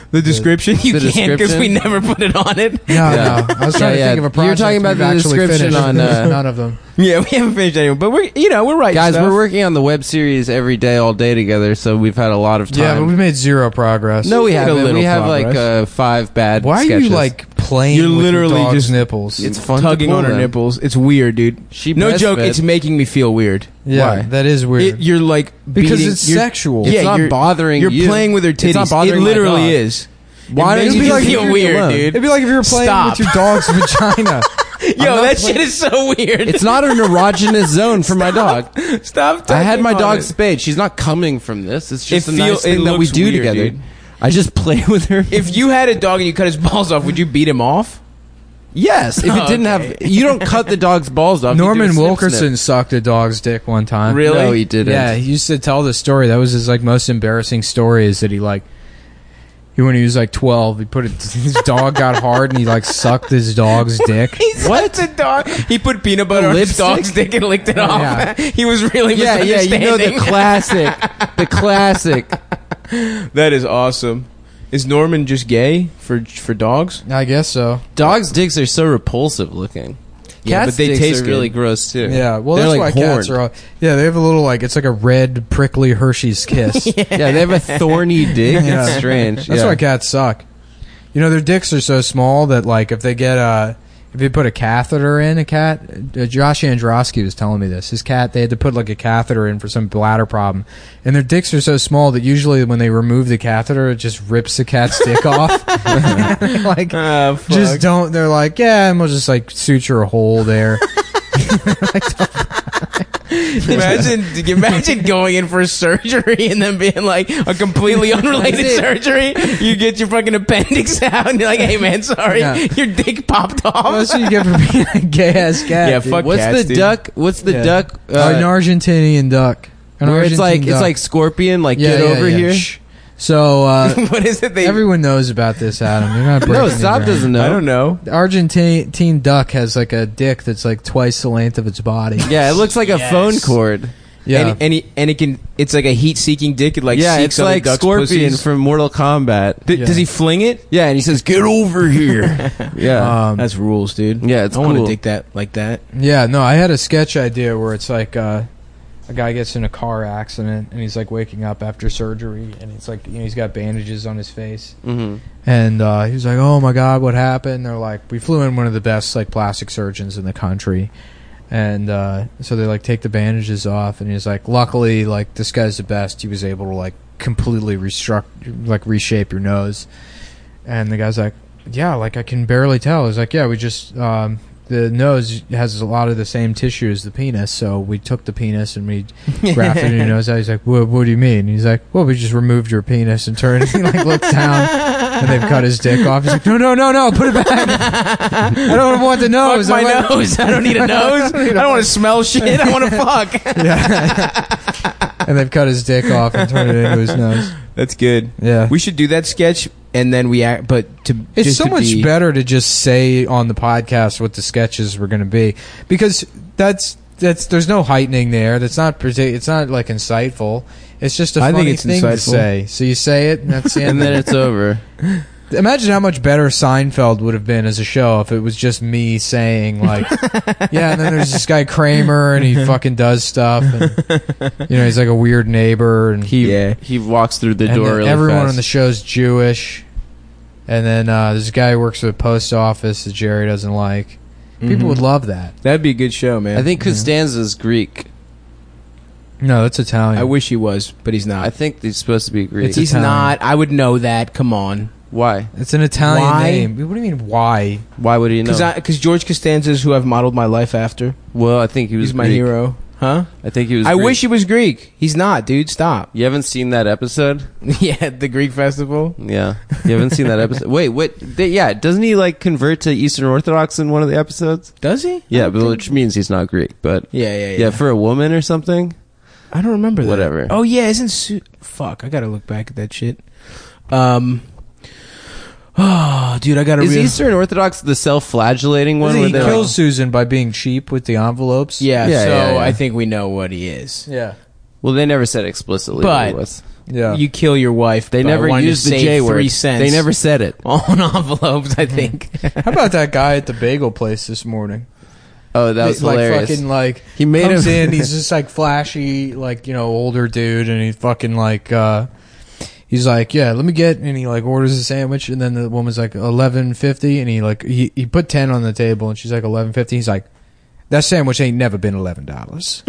the description you the can't because we description? never put it on it. no, Yeah. no. I was trying Yeah, to yeah. think of a You were project. talking about we've the actually description finished. on, There's uh, none of them. Yeah, we haven't finished anyone, but we're you know we're right. guys, we're working on the web series every day, all day together, so we've had a lot of time. Yeah, but we made zero progress. no, we Made a haven't. little We have like progress. uh, five bad. Why are you sketches. like playing? You're with your literally dog's just- nipples. It's fun to tugging pull on her them. nipples. It's weird, dude. She no breastfed. joke. It's making me feel weird. yeah, why? that is weird. It, you're like because beating- it's you're- sexual. It's yeah, not you're- bothering You're you. playing with her It's not titties. bothering it my literally dog. is. it Why don't makes you me just feel leave me weird, alone? dude? It'd be like if you were playing Stop. with your dog's vagina. Yo, not that shit playing- is so weird. It's not an erogenous zone for my dog. Stop. I had tugging my on dog it. spayed. She's not coming from this. It's just It a feel- nice thing it that we looks do weird, together. dude. I just play with her. If you had a dog and you cut his balls off, would you beat him off? yes, if it Oh, didn't okay. have, you don't cut the dog's balls off. you do a Norman snip, snip. Wilkerson sucked a dog's dick one time. Really? No, he didn't. Yeah, he used to tell this story. That was his like most embarrassing story. Is that he like he when he was like twelve, he put it, his dog got hard and he like sucked his dog's dick. He's what? Oh, a dog. He put peanut butter on his dog's dick and licked it off. yeah. he was really Yeah, yeah, you misunderstanding. know the classic, the classic. that is awesome. Is Norman just gay for for dogs? I guess so. Dogs' dicks are so repulsive looking. Yeah, Cats' but they dicks taste are good. really gross too. Yeah, well, They're that's like why horned. cats are. All, yeah, they have a little like it's like a red prickly Hershey's kiss. yeah, they have a thorny dick. Yeah. It's strange. That's yeah. why cats suck. You know, their dicks are so small that like if they get a if you put a catheter in a cat, uh, Josh Androsky was telling me this. His cat, they had to put like a catheter in for some bladder problem, and their dicks are so small that usually when they remove the catheter, it just rips the cat's dick off. like, Uh, fuck. just don't. They're like, yeah, and we'll just like suture a hole there. imagine imagine going in for surgery and then being like a completely unrelated surgery. You get your fucking appendix out and you're like, hey man, sorry, Yeah. your dick popped off. That's what you get for being a gay ass cat. Yeah, dude. fuck What's cats, the dude. duck? What's the Yeah. duck? Uh, an Argentinian duck. An where it's like Argentine it's duck. like scorpion. Like Yeah, get yeah, over yeah. here. Shh. So uh, what is it? They Everyone knows about this, Adam. You're not breaking No, the stop ground. doesn't know. I don't know. The Argentine duck has like a dick that's like twice the length of its body. Yeah, it looks like a phone Yes. cord. Yeah. and, and, he, and it can. It's like a heat-seeking dick. It like yeah, seeks it's other like ducks' Scorpion pussies. from Mortal Kombat. Th- Yeah. Does he fling it? yeah, and he says, "Get over here." yeah, Um, That's rules, dude. Yeah, it's I want to cool. dick that like that. Yeah, no, I had a sketch idea where it's like uh, a guy gets in a car accident and he's like waking up after surgery and it's like you know he's got bandages on his face mm-hmm. and uh, he's like, "Oh my god, what happened?" They're like, "We flew in one of the best like plastic surgeons in the country." And uh, so they like take the bandages off, and he's like, "Luckily, like this guy's the best. He was able to like completely restruct, like reshape your nose." And the guy's like, "Yeah, like I can barely tell." He's like, "Yeah, we just um, the nose has a lot of the same tissue as the penis, so we took the penis and we grafted your nose out." He's like, "What? What do you mean?" He's like, "Well, we just removed your penis and turned." He like looked down, and they've cut his dick off. He's like, "No, no, no, no, put it back. I don't want the Fuck nose. my I want- nose. I don't need a nose. I don't want to smell shit. I want to fuck. and they've cut his dick off and turned it into his nose. That's good. Yeah. We should do that sketch and then we act. But to It's just so to much be- better to just say on the podcast what the sketches were going to be because that's that's there's no heightening there. That's not partic- it's not like insightful. It's just a I think funny it's thing to insightful. say. So you say it, and that's the end. and then it's over. Imagine how much better Seinfeld would have been as a show if it was just me saying like, yeah. And then there's this guy Kramer, and he fucking does stuff. And, you know, he's like a weird neighbor, and He Yeah. he walks through the and door. then really everyone fast. on the show's Jewish. And then uh, this guy who works at a post office that Jerry doesn't like. People Mm-hmm. would love that. That'd be a good show, man. I think Costanza's Greek. No, that's Italian. I wish he was, but he's not. I think he's supposed to be Greek. It's he's Italian. not. I would know that. Come on, why? it's an Italian Why? name. What do you mean? Why? Why would he know? because because George Costanza is who I've modeled my life after. well, I think he was He's my Greek. hero, huh? I think he was. I Greek. wish he was Greek. He's not, dude. Stop. you haven't seen that episode. yeah, the Greek festival. Yeah, you haven't seen that episode. Wait, what? They, yeah, doesn't he like convert to Eastern Orthodox in one of the episodes? Does he? Yeah, but, which means he's not Greek, but Yeah, yeah, yeah. yeah, for a woman or something. I don't remember that. Whatever. Oh yeah, isn't Su- fuck? I gotta look back at that shit. Um. Oh, dude, I gotta. Is real- Eastern Orthodox the self-flagellating one? He where they're kills like- Susan by being cheap with the envelopes. Yeah, Yeah, so yeah, yeah. I think we know what he is. Yeah. well, they never said explicitly what But- it was. Yeah. You kill your wife. They by never wanting to used the save J Three word. cents. They never said it. on envelopes. I think. How about that guy at the bagel place this morning? Oh, that was like hilarious. fucking like He made comes him- in. He's just like flashy, like you know, older dude, and he fucking like uh, he's like, yeah, let me get, and he like orders a sandwich, and then the woman's like eleven fifty, and he like he he put ten on the table, and she's like eleven fifty. He's like, that sandwich ain't never been eleven dollars.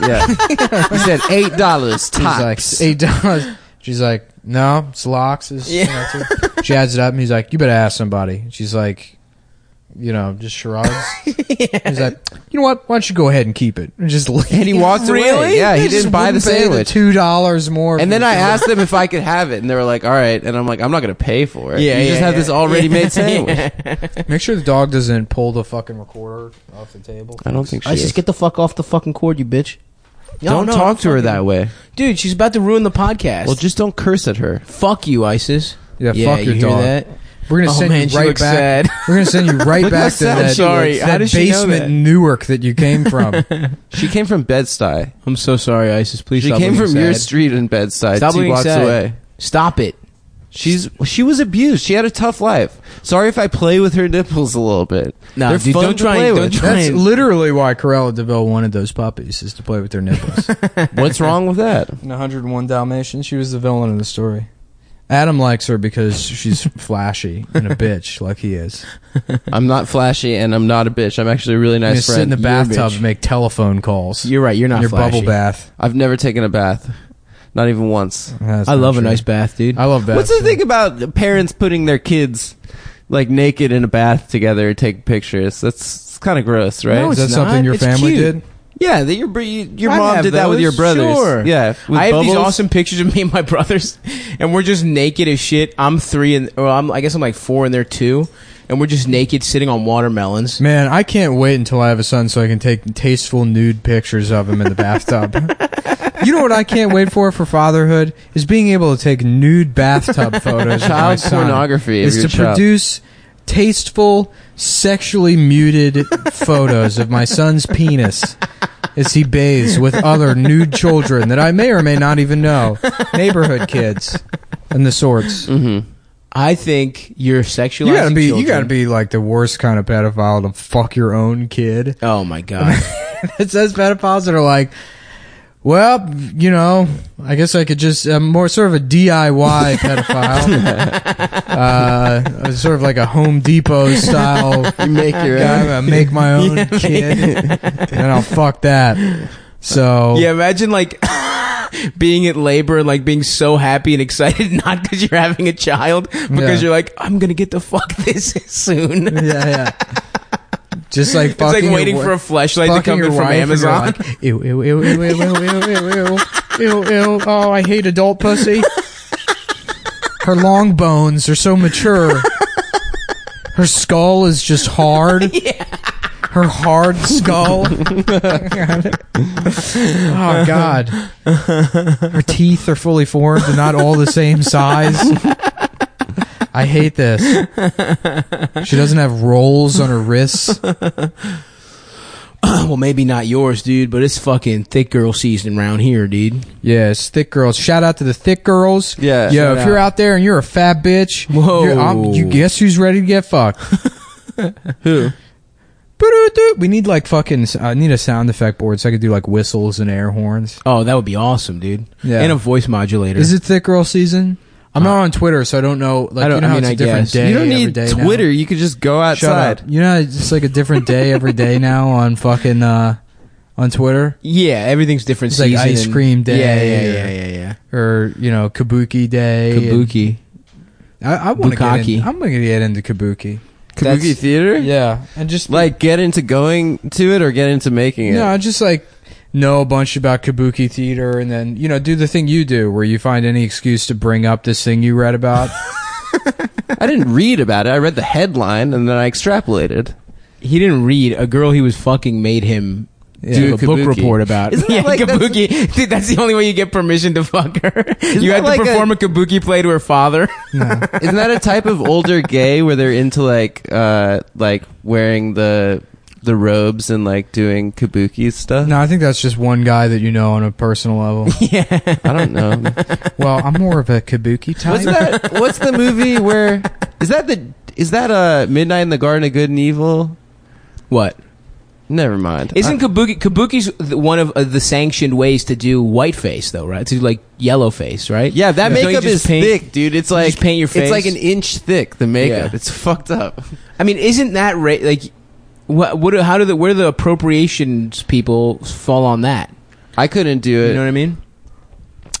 yeah, he said eight dollars He's like tops. eight dollars. She's like, no, it's locks. It's, you know, it's- she adds it up, and he's like, you better ask somebody. She's like, you know, just shrugs. He's like, you know what? Why don't you go ahead and keep it and just leave. And he walked away. Really? Yeah, he They just didn't buy the wouldn't pay sandwich. Two dollars more. And for then the I sandwich. asked them if I could have it, and they were like, "All right." And I'm like, "I'm not going to pay for it. Yeah, you just yeah, have yeah. this already made sandwich." make sure the dog doesn't pull the fucking recorder off the table. I don't think she. I just is. get the fuck off the fucking cord, you bitch. don't talk to her that way. dude. She's about to ruin the podcast. Well, just don't curse at her. fuck you, ISIS. Yeah, fuck you your hear dog. that? We're gonna Oh, send man, she you right looks back. sad. We're gonna send you right Look how back to sad that, she looks. that How does she know basement that? Newark that you came from. She came from Bed-Stuy. I'm so sorry, ISIS. Please She stop came looking from your sad. street in Bed-Stuy, Stop two looking blocks sad. away. Stop it. She's she was abused. She had a tough life. Sorry if I play with her nipples a little bit. No, They're dude, fun don't to try play and- with. don't That's Ryan. literally why Corella Deville wanted those puppies is to play with their nipples. What's wrong with that? In 101 Dalmatians, she was the villain of the story. Adam likes her because she's flashy and a bitch like he is. I'm not flashy and I'm not a bitch. I'm actually a really You nice sit in friend. the You're a bathtub bitch. and make telephone calls. You're right. You're not in your flashy. bubble bath. I've never taken a bath, not even once. That's I not love a true. nice bath, dude. I love baths. What's the thing about parents putting their kids like naked in a bath together and take pictures? That's kind of gross, right? No, Is it's that something not. your It's family cute. did? yeah, that your br- you- your I'd mom have did that with those, your brothers. sure. Yeah, with I have these bubbles. awesome pictures of me and my brothers, and we're just naked as shit. I'm three, and well, I'm I guess I'm like four, and they're two, and we're just naked sitting on watermelons. Man, I can't wait until I have a son so I can take tasteful nude pictures of him in the bathtub. You know what I can't wait for for fatherhood is being able to take nude bathtub photos. of my Child son. pornography of is your to child. produce tasteful, sexually muted photos of my son's penis as he bathes with other nude children that I may or may not even know, neighborhood kids and the sorts. Mm-hmm. I think you're sexualizing. You gotta be, children. you gotta be like the worst kind of pedophile to fuck your own kid. Oh my god. it says pedophiles that are like, well, you know, I guess I could just I'm more sort of a DIY pedophile, uh, sort of like a Home Depot style. You make your own. I make my own kid, and I'll fuck that. So yeah, imagine like being at labor and like being so happy and excited, not because you're having a child, because Yeah. you're like, I'm gonna get to fuck this soon. yeah, yeah. Just like It's fucking like your waiting wi- for a flashlight to fucking come your in from wife and you're Amazon. like, ew, ew, ew, ew, ew, ew, ew, ew, ew, ew, ew. Oh, I hate adult pussy. Her long bones are so mature. Her skull is just hard. Her hard skull. oh God. Her teeth are fully formed and not all the same size. I hate this. She doesn't have rolls on her wrists. well, maybe not yours, dude, but it's fucking thick girl season around here, dude. Yes, thick girls. Shout out to the thick girls. Yeah, Yo, shout if you're out there and you're a fat bitch, Whoa. you're- I'm- you guess who's ready to get fucked? Who? Ba-do-do. We need like fucking. I need a sound effect board so I could do like whistles and air horns. Oh, that would be awesome, dude. Yeah. And a voice modulator. Is it thick girl season? I'm not on Twitter, so I don't know. Like, I don't- you know I how mean, it's a I different guess. day. You don't every need day now? Twitter. You could just go Shut outside. up. You know, it's just like a different day every day now on fucking uh, on Twitter yeah, everything's different. It's like season ice and- cream day Yeah, yeah, or- yeah, yeah, yeah. or you know Kabuki day. and- Kabuki. I, I want to get. Bukkake. In, I'm gonna get into Kabuki. Kabuki That's- theater. Yeah, and just Like get into going to it or get into making it. No, I just like know a bunch about kabuki theater and then, you know, do the thing you do where you find any excuse to bring up this thing you read about. I didn't read about it. I read the headline and then I extrapolated. He didn't read. A girl he was fucking made him do Do a book kabuki. report about. Isn't that yeah, like- that's- kabuki. Dude, that's the only way you get permission to fuck her. you that have to like a- perform a, kabuki play to her father. Isn't that a type of older gay where they're into like uh like wearing the the robes and like doing kabuki stuff? no, I think that's just one guy that you know on a personal level. I don't know. well, I'm more of a kabuki type. What's that? What's the movie where is that the is that uh Midnight in the Garden of Good and Evil? what? Never mind. Isn't kabuki kabuki's th- one of uh, the sanctioned ways to do whiteface though, right? To like yellow face, right? yeah, that Don't you makeup just is paint- thick, dude. It's like just paint your face? It's like an inch thick. The makeup. Yeah. It's fucked up. I mean, isn't that ra- like what? What? do- How do the where do the appropriations people fall on that? I couldn't do it. You know what I mean?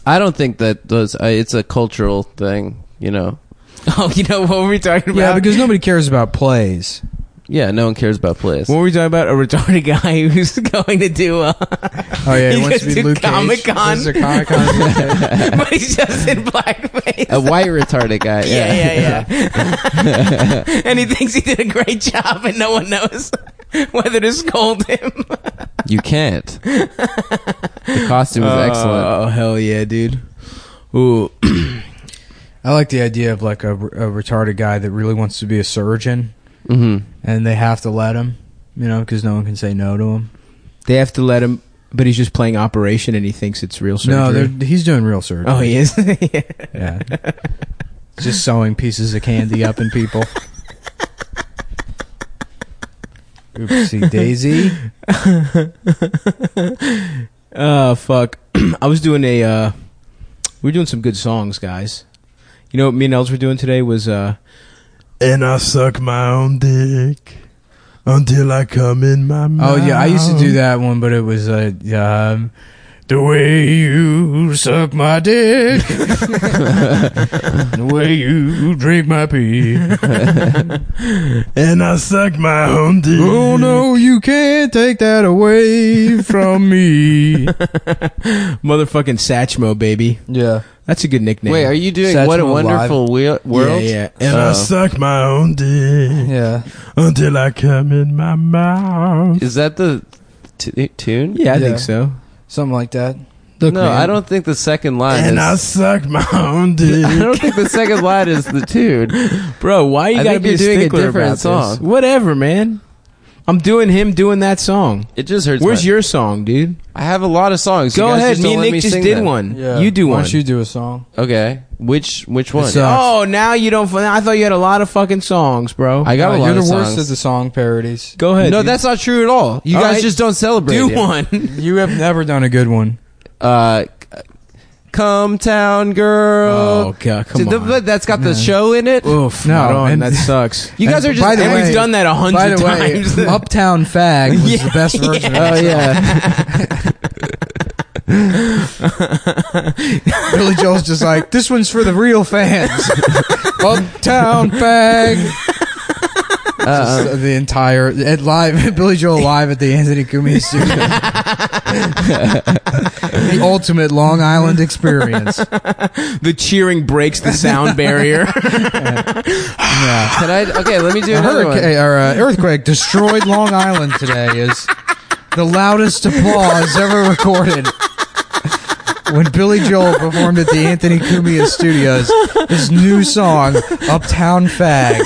I don't think that those. Uh, it's a cultural thing. You know. Oh, you know what were we talking about? yeah, because nobody cares about plays. Yeah, no one cares about plays. what were we talking about? A retarded guy who's going to do uh, a Oh yeah, He he wants goes to be to Luke Cage. Comic-Con. This is a Comic-Con. but he's just in blackface. a white retarded guy. yeah, Yeah, yeah, yeah. and he thinks he did a great job, and no one knows whether to scold him. you can't. The costume is excellent. Oh hell yeah, dude! Ooh, I like the idea of like a, a retarded guy that really wants to be a surgeon Mm-hmm. and they have to let him, you know, because no one can say no to him. they have to let him, but he's just playing operation, and he thinks it's real surgery. No, they're, he's doing real surgery. oh, he is. yeah. Yeah. Just sewing pieces of candy up in people. Oopsie daisy. Oh fuck! I was doing a. Uh, we were doing some good songs, guys. You know what me and Els were doing today was uh, And I suck my own dick until I come in my Oh mouth. yeah, I used to do that one, but it was uh, um, the way you suck my dick, the way you drink my pee. And I suck my own dick. Oh no, you can't take that away from me. motherfucking Satchmo, baby. Yeah, That's a good nickname. Wait, are you doing Satchmo what a wonderful Wheel world? Yeah, yeah. And I Oh. suck my own dick yeah. until I come in my mouth. Is that the t- tune? Yeah, I Yeah. think so. Something like that. Look, no, man. I don't think the second line. and I is, suck my own dick. I don't think the second line is the tune. Bro, why you I gotta think be you're a doing a stickler different about this? song. Whatever, man. I'm doing him doing that song. It just hurts. Where's my- your song, dude? I have a lot of songs. You Go guys ahead. just Me don't and let Nick me just sing did them. one. You do Why one. don't you do a song? Okay, which which one? uh, oh, now you don't. I thought you had a lot of fucking songs, bro. I got Uh, a lot you're of the songs. worst at the song parodies. Go ahead. no, dude. that's not true at all. You All guys right. just don't celebrate. do it. one. You have never done a good one. Uh, c- come town girl. Oh, God, come Did the- on. but that's got the show in it. Oof, No, no, and- that sucks. You guys And are just by the and way- we've done that a By hundred the way, times. Uptown Fag was the best version. Oh yeah. Billy Joel's just like, this one's for the real fans. Uptown Fag. Just, uh, the entire at live Billy Joel live at the Anthony Cumia studio. the ultimate Long Island experience. the cheering breaks the sound barrier. Yeah. Can I? Okay, let me do A another one. hurricane or uh, earthquake destroyed Long Island today is the loudest applause ever recorded. When Billy Joel performed at the Anthony Cumia Studios, his new song "Uptown Fag."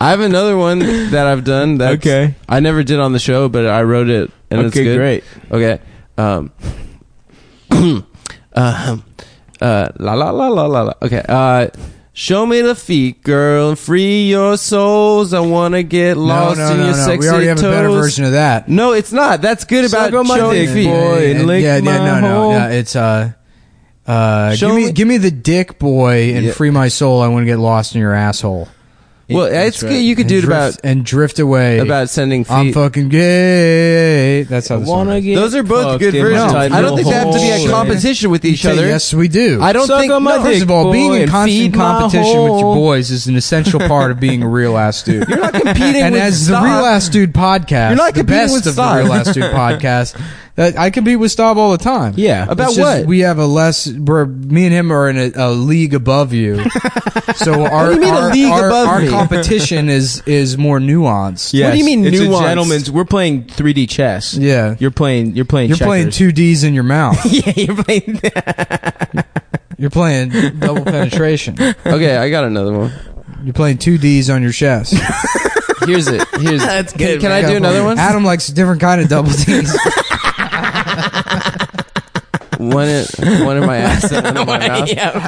I have another one that I've done. That's, Okay. I never did on the show, but I wrote it and it's Okay, good. great. Okay. Um. uh, uh, la la la la la la. Okay. Uh, show me the feet, girl, and free your souls. I wanna get lost in your sexy We already have toes. a better version of that. No, it's not. That's good Suck about on my showing dick, feet. boy. and lick my no, no, hole. no. It's uh, uh, Show give me, me- give me the dick boy and Yeah. free my soul. I want to get lost in your asshole. Well, That's it's right. good. You could And do it about drift- and drift away. about sending feet. I'm fucking gay. That's how the song Wanna is. get Those are both fucked good in my versions. tight I don't think they have to be hole. a competition with each Say other. Yes, we do. I don't Suck think. on my no. dick. First of all, boy, being in and constant feed my competition with your hole. boys is an essential part of being a real ass dude. You're not competing and with as the Staub. real ass dude podcast, You're not the competing best with of Staub. the real ass dude podcast. That I compete with Staub all the time. Yeah. It's About just what? we have a less. We're, me and him are in a, a league above you. so our do you mean a our, league our, above our me? competition is is more nuanced. Yes. What do you mean It's nuanced? a gentleman's. We're playing 3D chess. Yeah. You're playing. You're playing. You're playing checkers. two D's in your mouth. yeah, you're playing. You're playing double penetration. Okay, I got another one. You're playing two D's on your chest. Here's it. Here's That's Can- good, Can, I man. do another one? Adam likes a different kind of double D's. One in, one in my ass and one in my mouth. yeah,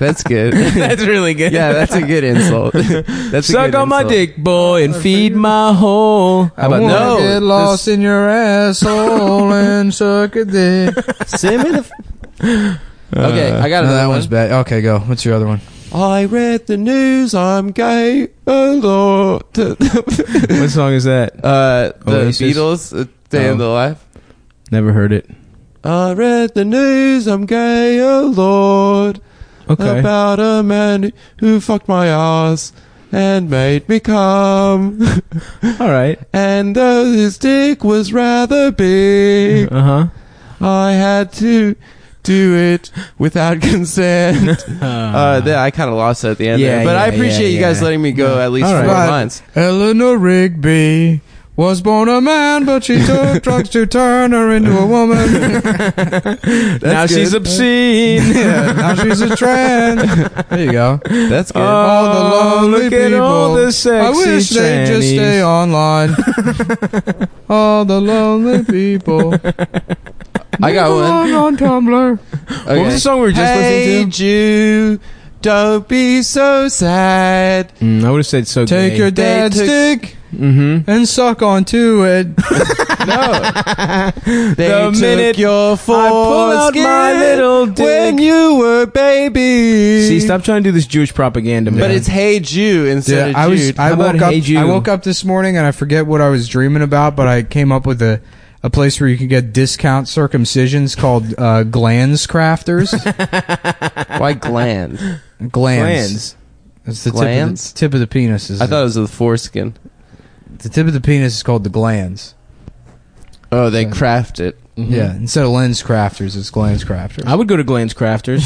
That's good. that's really good. yeah, that's a good insult. That's a Suck good on my insult. dick, boy, and feed my hole. How I about wanna no? Get This- lost in your asshole and suck a dick. Send me the. Uh, okay, I got No, another that one. one's bad. Okay, go. What's your other one? I read the news. I'm gay. Oh, Lord. uh, that? What song is that? the Oasis? Beatles, uh, Day Oh. of the Life. Never heard it. I read the news. I'm gay. Oh Lord. Okay. About a man who fucked my ass and made me come. All right. And though his dick was rather big, Uh huh. I had to do it without consent. uh, that, I kind of lost it at the end, Yeah, there, but I yeah, appreciate yeah, you guys yeah. letting me go at least All four right. But months. Eleanor Rigby was born a man, but she took drugs to turn her into a woman. now good. she's obscene. yeah, now she's a trans. There you go. That's good. all the Oh, lonely look people. at all the sexy I wish they'd just trannies. stay online. all the lonely people. I got one. Belong on Tumblr. Okay. What was the song we were just hey, listening to? Jew, don't be so sad. Mm, I would have said so. Take your They dad's took- dick Mm-hmm. and suck onto it. They The took minute your I pull out foreskin my little dick. when you were baby. See, stop trying to do this Jewish propaganda, man. But it's hey Jew instead I of was. Jude. I How about woke up. Hey Jude? I woke up this morning and I forget what I was dreaming about, but I came up with a a place where you can get discount circumcisions called uh, Glands Crafters. Why gland? plans. glands. It's the Glands? Tip, of the, tip of the penis. Is I thought it was the foreskin. the tip of the penis is called the glands. Oh, they craft it. Yeah, instead of lens crafters, it's glands crafters. I would go to Glenn's Crafters.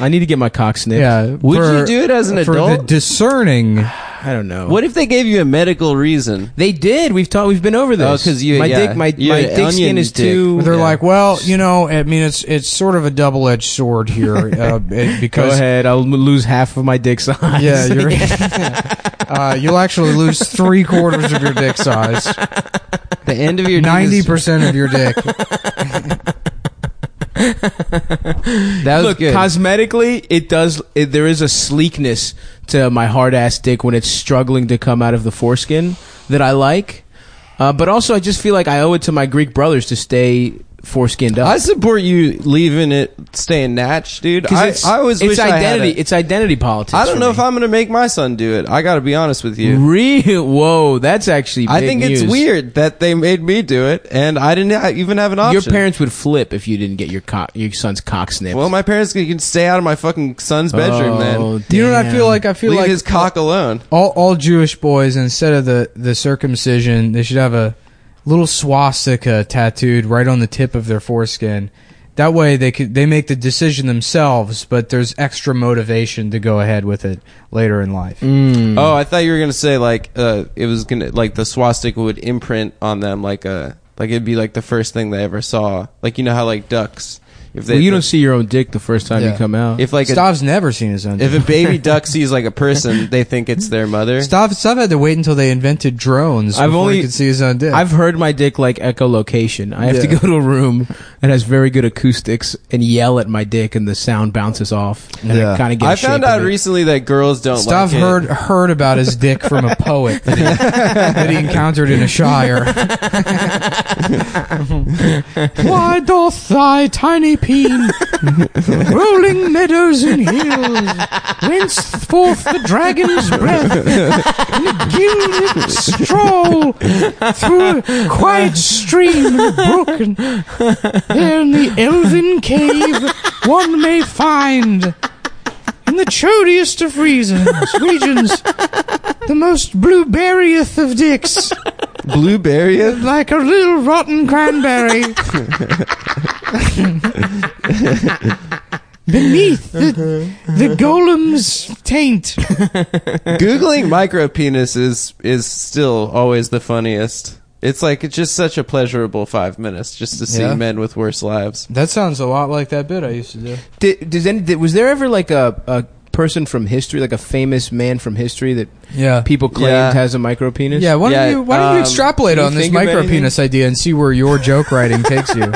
I need to get my cock snipped. yeah, Would for- you do it as an for the adult? discerning I don't know. What if they gave you a medical reason? They did. We've talked. We've been over this. Oh, 'cause you- my yeah. dick, my, You're my an dick skin onion is dick. too. They're Yeah. like, well, you know, I mean, it's it's sort of a double edged sword here uh, it- Go because ahead. I'll lose half of my dick size. yeah, you're, uh, you'll actually lose three quarters of your dick size, The end of your dick is- ninety percent of your dick. That was Look, good. cosmetically, it does. It, there is a sleekness to my hard ass dick when it's struggling to come out of the foreskin that I like. Uh, but also, I just feel like I owe it to my Greek brothers to stay foreskinned up. I support you leaving it, staying natch, dude. 'Cause I, it's, I always it's wish identity. I had it. It's identity politics. I don't for know me. if I'm gonna make my son do it. I gotta be honest with you. Real whoa, that's actually. I big think news. it's weird that they made me do it, and I didn't ha- even have an option. Your parents would flip if you didn't get your cock, your son's cock snipped. Well, my parents can can stay out of my fucking son's bedroom, Oh, man. You know what I damn. feel like? I feel Leave like his cock alone. all all Jewish boys instead of the the circumcision, they should have a little swastika tattooed right on the tip of their foreskin. That way they could they make the decision themselves, but there's extra motivation to go ahead with it later in life. Hmm. Oh, I thought you were gonna say like uh, it was gonna like the swastika would imprint on them like a like it'd be like the first thing they ever saw. Like you know how like ducks if they Well, you don't see your own dick the first time Yeah. you come out. if like a, Stav's never seen his own. if a baby duck sees like a person they think it's their mother. Stav, Stav had to wait until they invented drones I've before only- he could see his own dick. I've heard my dick like echolocation. I have to Yeah. go to a room that has very good acoustics and yell at my dick, and the sound bounces off. And Yeah. I kind of get. I a shape found of out it. recently that girls don't Stav like it. heard heard about his dick from a poet that he, that he encountered in a shire. Why doth thy tiny peen rolling meadows and hills, whence forth the dragon's breath, and a gilded stroll through a quiet stream and a brook, and there in the elven cave one may find in the chodiest of reasons, regions, the most blueberryeth of dicks, blueberry. like a little rotten cranberry. Beneath the, the golem's taint. Googling micro penis is is still always the funniest. It's like it's just such a pleasurable five minutes just to see Yeah. men with worse lives. That sounds a lot like that bit I used to do. Did, does any, did, was there ever like a, a person from history, like a famous man from history that Yeah. people claimed Yeah. has a micro penis? Yeah, why don't Yeah, you why don't you um, extrapolate you on this think of micro penis idea and see where your joke writing takes you?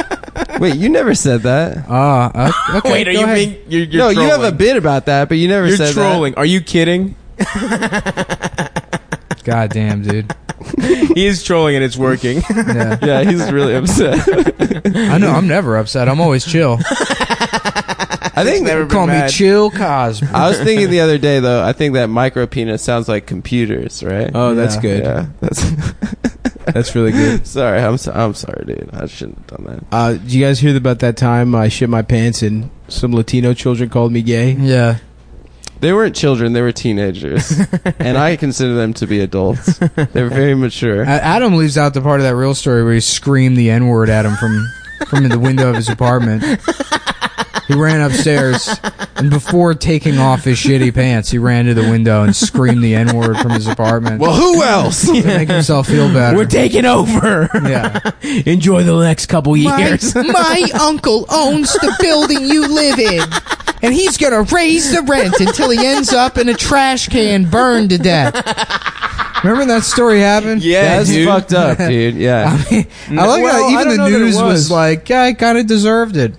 Wait, you never said that. Ah, uh, okay. go ahead. being? You're, no, you have a bit about that, but you never You're said trolling. Are you kidding? God damn, dude. he is trolling and it's working. Yeah. that. Yeah, he's really upset. I know. I'm never upset. I'm always chill. I think never- Call me mad. Chill Cosby. I was thinking the other day though. I think that micro penis sounds like computers, right? oh, that's Yeah. good. Yeah, that's That's really good. sorry. I'm so, I'm sorry, dude. I shouldn't have done that. Uh, did you guys hear about that time I shit my pants and some Latino children called me gay? Yeah. They weren't children; they were teenagers, and I consider them to be adults. They're very mature. A- Adam leaves out the part of that real story where he screamed the N word at him from from the window of his apartment. He ran upstairs, and before taking off his shitty pants, he ran to the window and screamed the N word from his apartment Well, who else? to make himself feel better. We're taking over. yeah. Enjoy the next couple years. my uncle owns the building you live in. And he's gonna raise the rent until he ends up in a trash can burned to death. Remember when that story happened? that's fucked up, dude. Yeah, I like Well, I how don't even know the that it news was. was. like, yeah, I kind of deserved it.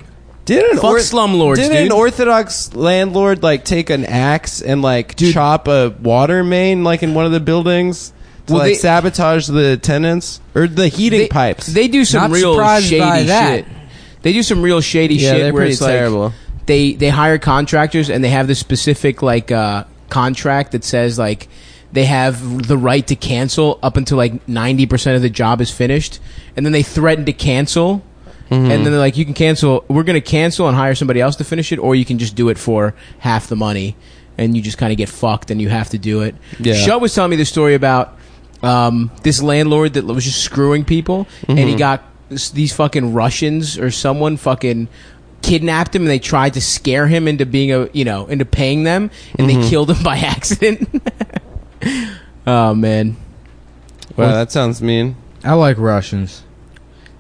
did an Fuck slumlords, did dude. an orthodox landlord like take an axe and like chop a water main like in one of the buildings to Well, like they- sabotage the tenants or the heating they, pipes? They do some Not real surprised shady by that. shit. They do some real shady Yeah, shit they're where pretty it's like terrible. they they hire contractors and they have this specific like uh, contract that says like they have the right to cancel up until like 90% of the job is finished and then they threaten to cancel Mm-hmm. and then they're like you can cancel we're going to cancel and hire somebody else to finish it or you can just do it for half the money and you just kind of get fucked and you have to do it Yeah. Shut was telling me the story about um, this landlord that was just screwing people, and he Mm-hmm. got s- these fucking Russians or someone fucking kidnapped him, and they tried Mm-hmm. to scare him into being a you know into paying them, and they killed him by accident. Oh man, Wow, that sounds mean. I like Russians.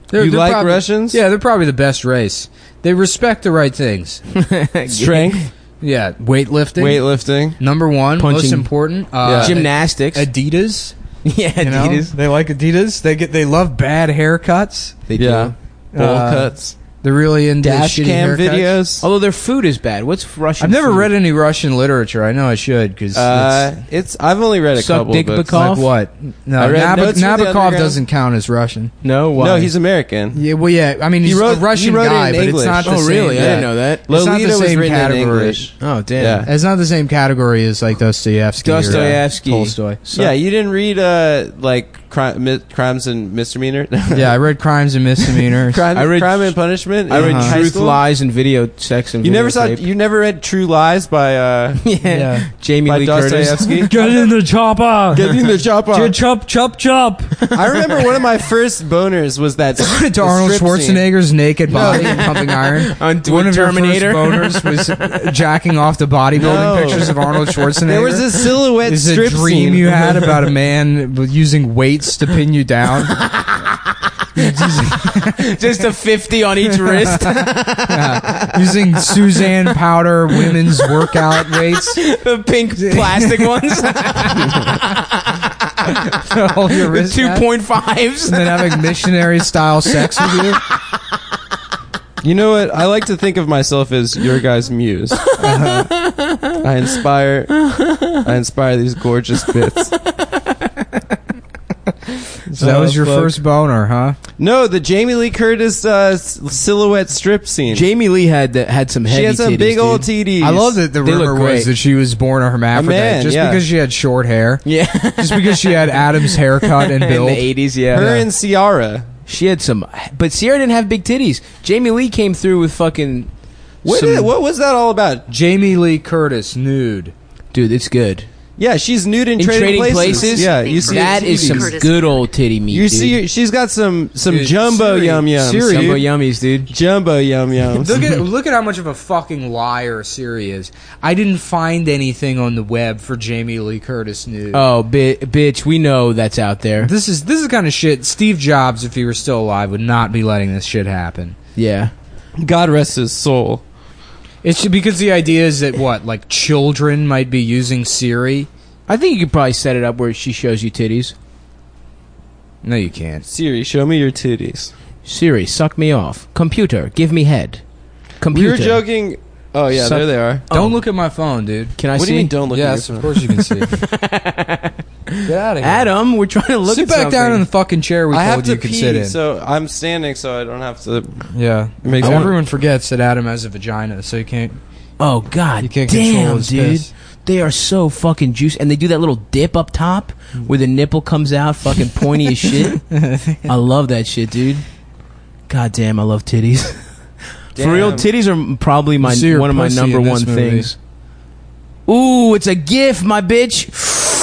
They're- you they're like probably- Russians? Yeah, they're probably the best race. They respect the right things. Strength, Yeah, weightlifting. weightlifting. Number one, most Punching. important. Uh, Yeah. gymnastics. Adidas. yeah, You know? Adidas. They like Adidas. They get. They love bad haircuts. They yeah. Bowl Uh, cuts. They're really into Dash shitty cam haircuts. videos. Although their food is bad. What's Russian? I've never food? read any Russian literature. I know I should because Uh, it's I've only read a Suck couple dick books. Bukov? like what? No, I read Nabok- Notes from the Nabokov Underground. doesn't count as Russian. No, why? No, he's American. Yeah, well, yeah. I mean, He he's wrote- a he Russian wrote it guy, in but it's English. not the Oh, same. really? I yeah. didn't know that. not the Lolita was same written category. in English. Oh damn. Yeah. It's not the same category as like Dostoevsky. or, uh, Dostoevsky. Tolstoy. So- yeah, you didn't read uh like crime, mi- crimes and misdemeanor. Yeah, I read Crimes and Misdemeanors. crime, I read- crime and punishment. I in read high Truth, school. Lies, and Video Sex and You Video never saw. Tape. You never read True Lies by uh yeah. Yeah. Jamie by Lee Curtis. Dostoevsky. Get in the chopper. Getting the chop on. chop chop chop. I remember one of my first boners was that to Arnold Schwarzenegger's naked body in Pumping Iron. On One of Terminator. your first boners was jacking off the bodybuilding No. pictures of Arnold Schwarzenegger. There was a silhouette This is strip a dream scene. you had about a man with- using weights to pin you down. Just a fifty on each wrist. Yeah. Using Suzanne powder women's workout weights. the pink plastic ones. All your wrist Two pads, point fives. And then having missionary style sex with you. You know what? I like to think of myself as your guys' muse. Uh-huh. I inspire. I inspire these gorgeous bits. So that was Oh, your fuck. first boner, huh? No, the Jamie Lee Curtis uh, s- silhouette strip scene. Jamie Lee had the, had some heavy. she has some titties, big dude. old TDs. I love that the They look rumor was great. that she was born a hermaphrodite man, just yeah. because she had short hair, Yeah. just because she had Adam's haircut and In the build. eighties, yeah. her and Ciara. she had some, but Sierra didn't have big titties. Jamie Lee came through with fucking. What, some- did- what was that all about? Jamie Lee Curtis nude. Dude, it's good. Yeah, she's nude in, In trading, places, Yeah, you see that is some Curtis good old titty meat. You dude. see, she's got some some Dude, jumbo Siri- yum yums. Siri- dude. jumbo yummies, dude. jumbo yum yums. Look at look at how much of a fucking liar Siri is. I didn't find anything on the web for Jamie Lee Curtis nude. Uh, Oh, bi- bitch, we know that's out there. this is this is kind of shit. Steve Jobs, if he were still alive, would not be letting this shit happen. Yeah. God rest his soul. It's ju- because the idea is that what like children might be using Siri. I think you could probably set it up where she shows you titties. No, you can't. Siri, show me your titties. Siri, suck me off. Computer, give me head. We Computer, were joking. Oh yeah, Suck- there they are. Don't look at my phone, dude. can I what see? do you mean? Don't look yes, at your of phone? course you can see. Get out of here, Adam, we're trying to look Sit at back down in the something. fucking chair we I have told you to could pee, sit in. so I'm standing, so I don't have to. yeah, It makes Oh, sense. everyone forgets that Adam has a vagina, so he can't. Oh You god, can't control damn, his dude. piss. They are so fucking juicy, and they do that little dip up top where the nipple comes out, fucking pointy as shit. I love that shit, dude. God damn, I love titties. For real, Damn. titties are probably my You see her one of my pussy number in this one movie. things. Ooh, it's a gif, my bitch.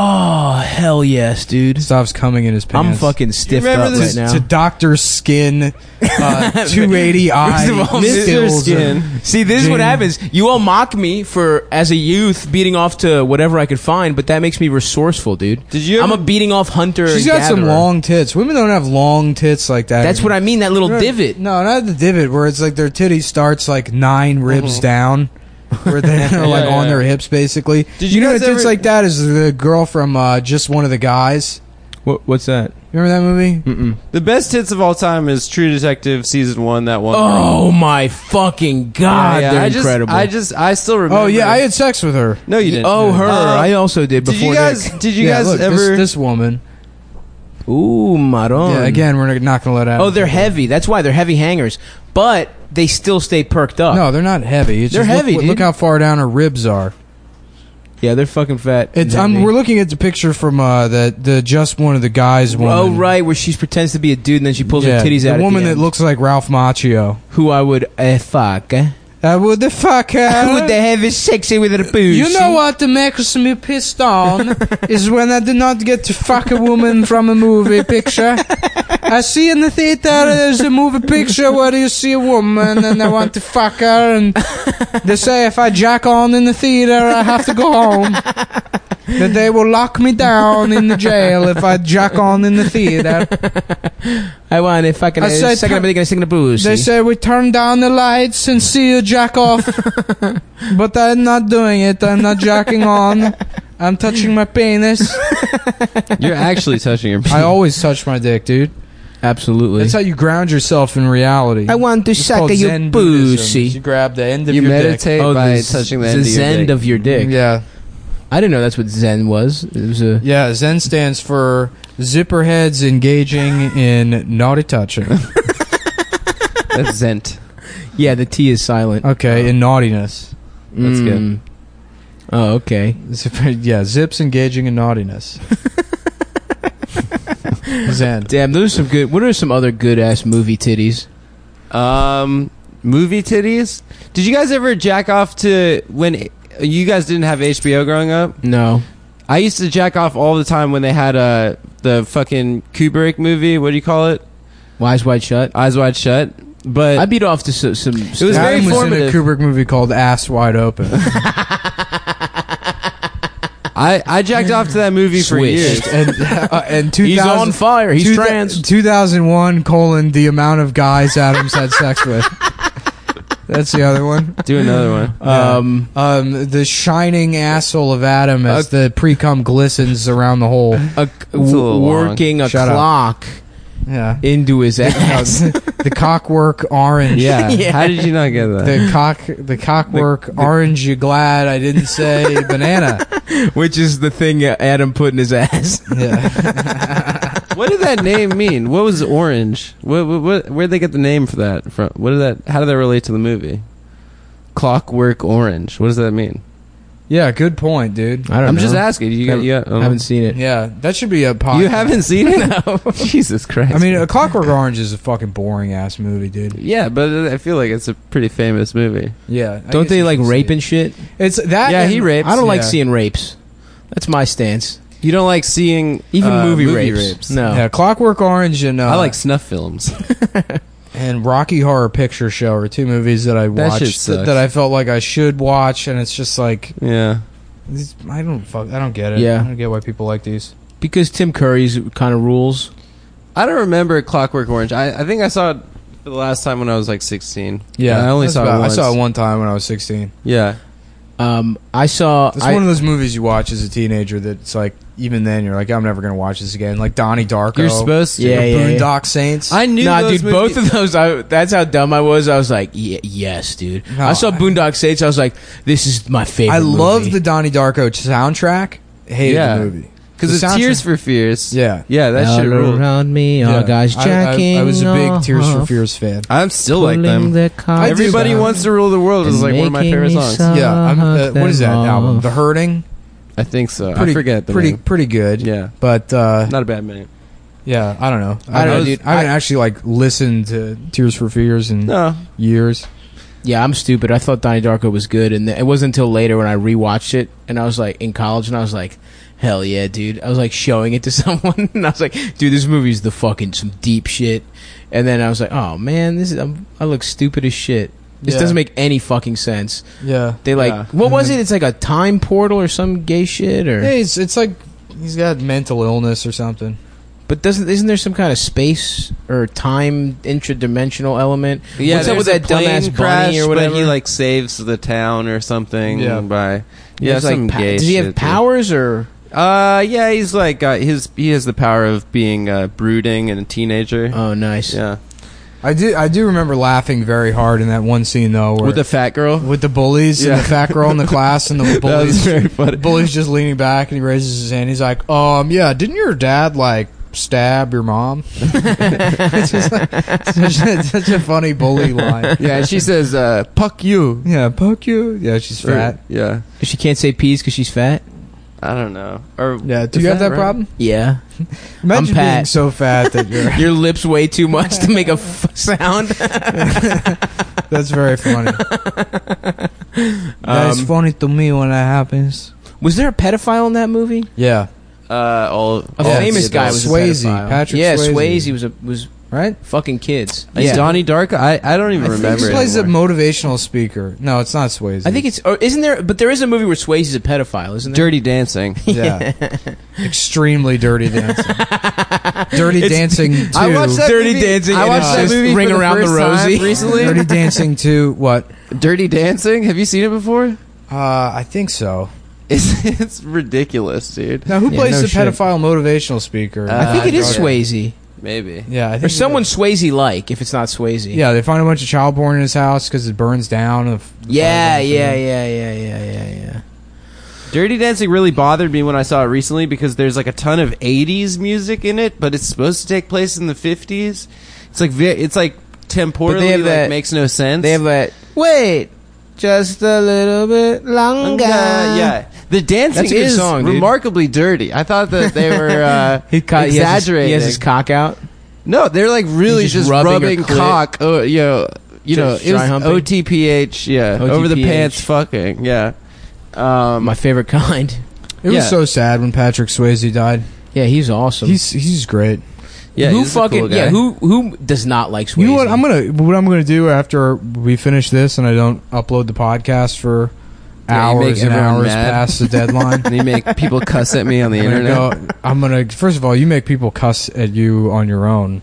Oh hell yes, dude. Stops coming in his I'm pants. fucking stiffed remember up right this- now. to Doctor Skin, uh, 280 First of all, eye, Mr. Mr. stills Skin. and- See, this is what Jane. happens. You all mock me for as a youth beating off to whatever I could find, but that makes me resourceful, dude. Did you I'm a ever- beating off hunter. She's and got some gatherer. long tits. Women don't have long tits like that. That's what I mean. That little No, divot. No, not the divot where it's like their titty starts like nine ribs down, where they're like Mm-hmm. yeah, on yeah. their hips basically. Did you know guys tits ever- like that is the girl from uh, just one of the guys? What, what's that? Remember that movie? The best hits of all time is True Detective season one. That one. Oh my fucking god! Yeah, yeah, they're I just, incredible. I just, I still remember. Oh yeah, I had sex with her. no, you didn't. oh her. Uh, I also did Did before. you guys? Nick. Did you yeah, guys look, ever? Oh. this, this woman? Ooh, Maron. Yeah, again, we're not gonna let out. Oh, they're heavy. That's why they're heavy hangers, but they still stay perked up. no, they're not heavy. It's They're just look- heavy, Look, dude. how far down her ribs are. Yeah, they're fucking fat. It's and I'm, heavy. we're looking at the picture from uh, the the just one of the guys woman. Oh right, where she pretends to be a dude and then she pulls Yeah, her titties the out. at woman the that end. looks like Ralph Macchio. who I would eh, fuck. eh? Uh, what the fuck? I would have is sexy with her booze. Uh-huh. You know what makes me pissed on is when I do not get to fuck a woman from a movie picture. I see in the theater there's a movie picture where you see a woman and I want to fuck her, and they say if I jack on in the theater I have to go home. That they will lock me down in the jail if I jack on in the theater. I want to fucking. eh, I said- second, I'm gonna sing the booze. They say we turn down the lights and see you jack off. but I'm not doing it. I'm not jacking on. I'm touching my penis. You're actually touching your. I always touch my dick, dude. Absolutely. That's how you ground yourself in reality. I want to It's suck called your Zen Buddhism. pussy. You grab the end of You your meditate by touching the end of your zen dick. of your dick. dick. Yeah, I didn't know that's what zen was. It was a. yeah. Zen stands for zipperheads engaging in naughty touching. That's zent. Yeah, the T is silent. Okay, in naughtiness. That's good. Mm. Oh, okay. Zipper, yeah, zips engaging in naughtiness. Zen. Damn, those are some good. What are some other good ass movie titties? Um, movie titties. Did you guys ever jack off to when you guys didn't have HBO growing up? No. I used to jack off all the time when they had uh, the fucking Kubrick movie. What do you call it? Wise Wide Shut. Eyes Wide Shut. But I beat off to some. some it was very Adam was formative. in a Kubrick movie called Ass Wide Open. I, I jacked off to that movie for Swish. years. and uh, and 2000, He's on fire. He's two- trans. 2001 colon the amount of guys Adams had sex with. That's the other one. Do another one. Uh, Um, Um, the shining asshole of Adam as the pre cum glistens around the hole. a, little long. working a Shut up. clock Yeah. into his No, ass. the, the cockwork orange. Yeah. Yeah. How did you not get that? The cock, the cockwork orange. You glad I didn't say banana? which is the thing uh, Adam put in his ass. Yeah. what did that name mean? What was orange? What, what, what, where'd they get the name for that from? What did that? How did that relate to the movie? Clockwork Orange. What does that mean? Yeah. Good point, dude. I don't I'm know. just asking. You got? You got, I haven't seen it. Yeah, that should be a podcast. you haven't seen it? No. Jesus Christ. I mean, uh, A Clockwork Orange is a fucking boring ass movie, dude. yeah, but I feel like it's a pretty famous movie. Yeah. I Don't guess they you like should see rape it. and shit? It's that. Yeah, and- he raped. I don't like Yeah. seeing rapes. That's my stance. You don't like seeing Even uh, movie, rapes. No. Yeah, Clockwork Orange and uh, I like snuff films. and Rocky Horror Picture Show are two movies that I That watched shit that, sucks. that I felt like I should watch, and it's just like yeah. this- I don't fuck, I don't get it. Yeah. I don't get why people like these. Because Tim Curry's kind of rules. I don't remember Clockwork Orange. I, I think I saw it for the last time when I was like 16. Yeah, I only that's saw about- it once. I saw it one time when I was sixteen. Yeah. Um, I saw. It's I- one of those movies you watch as a teenager that's like even then you're like I'm never gonna watch this again. Like Donnie Darko, You're supposed to. Yeah, or yeah, yeah. Boondock Saints. I knew Nah, those dude, movies- both of those. I, that's how dumb I was. I was like, yeah, yes, dude. I No, saw I- Boondock Saints. I was like, this is my favorite. I love movie. the Donnie Darko soundtrack. Hated Yeah. the movie. Because The it's soundtrack- Tears for Fears. Yeah. Yeah, that All shit ruled. around me, Yeah. all guys I- I- jacking. I, was a big off, Tears for Fears fan. I'm still like pulling them. their I do, Everybody but- Wants to Rule the World is And like one of my making favorite me songs. so- Yeah, I'm, uh, what is that Fuck them album? off. The Hurting. I think so. Pretty, I forget the pretty, name. pretty good. Yeah. but uh, Not a bad name. yeah, I don't know. I I, don't don't know, dude. dude. I haven't actually like listened to Tears for Fears in No. years. Yeah, I'm stupid. I thought Donnie Darko was good, and th- it wasn't until later when I rewatched it, and I was like in college, and I was like, hell yeah, dude. I was like showing it to someone, and I was like, dude, this movie's the fucking some deep shit. And then I was like, oh man, this is, I'm, I look stupid as shit. This Yeah. doesn't make any fucking sense. Yeah, They like, Yeah. Mm-hmm. what was it? It's like a time portal or some gay shit, or Hey, it's it's like he's got mental illness or something. but doesn't isn't there some kind of space or time intradimensional element? What's up with there's that a plane dumbass bunny or but whatever? he like saves the town or something Yeah. by yeah, There's, some like, pa- gay does he shit, have dude. powers or? Uh, yeah, he's like uh, his. He has the power of being uh, brooding and a teenager. Oh, nice. yeah, I do I do remember laughing very hard in that one scene though, where with the fat girl. with the bullies Yeah. and the fat girl in the class and the That was bullies very funny. The bully's just leaning back and he raises his hand. He's like, um, yeah, didn't your dad like stab your mom? it's just like, such, a, such a funny bully line. yeah, she says, uh, "Puck you." Yeah, poke you. Yeah, she's fat. Yeah, She can't say peas because she's fat. I don't know. Or Yeah. Do is you have that right? problem? Yeah. Imagine being Pat. so fat that you're. Your lips weigh too much to make a f- sound. That's very funny. That's Um, funny to me when that happens. Was there a pedophile in that movie? Yeah. Uh, all A all famous the guy adults. was a Swayze, pedophile. Patrick yeah, Swayze. Swayze was a, was Right. fucking kids. Is yeah. Donnie Darko? I, I don't even remember. he plays a anymore. motivational speaker. No, it's not Swayze. I think it's or isn't there? But there is a movie where Swayze's a pedophile, isn't there? Dirty Dancing. yeah. Extremely dirty dancing. dirty dancing. Two. I watched that Dirty movie. Dancing I and watched it's that just movie Ring for the Around the first time Rosie. recently. Dirty Dancing Two. What? Dirty Dancing. Have you seen it before? Uh, I think so. It's it's ridiculous, dude. Now, who Yeah, plays no the shit. pedophile motivational speaker? Uh, I think it is Donnie- Swayze Maybe. Yeah, I think or he someone does. Swayze like. If it's not Swayze, Yeah, they find a bunch of child porn in his house because it burns down. Of yeah, yeah, yeah, yeah, yeah, yeah, yeah. Dirty Dancing really bothered me when I saw it recently because there's like a ton of '80s music in it, but it's supposed to take place in the '50s. It's like ve- it's like temporally have like, that- makes no sense. They have that. Wait, just a little bit longer. Uh, yeah, the dancing That's a good is song, dude. remarkably dirty. I thought that they were uh, He, ca- he has his- exaggerating. he has his cock out. no, they're like really He's just, just rubbing her rubbing, clit. cock. Oh, you know, you Just know, it dry was humping? OTPH. Yeah, over the OTPH. pants fucking. Yeah. Um, My favorite kind. It was Yeah. so sad when Patrick Swayze died. Yeah, he's awesome. He's he's great. yeah, who he's a fucking cool guy. yeah? Who who does not like Swayze? You know what? I'm gonna what I'm gonna do after we finish this and I don't upload the podcast for Yeah, you make hours and everyone hours mad. past the deadline. And they make people cuss at me on the I'm gonna internet. go- I'm gonna first of all, you make people cuss at you on your own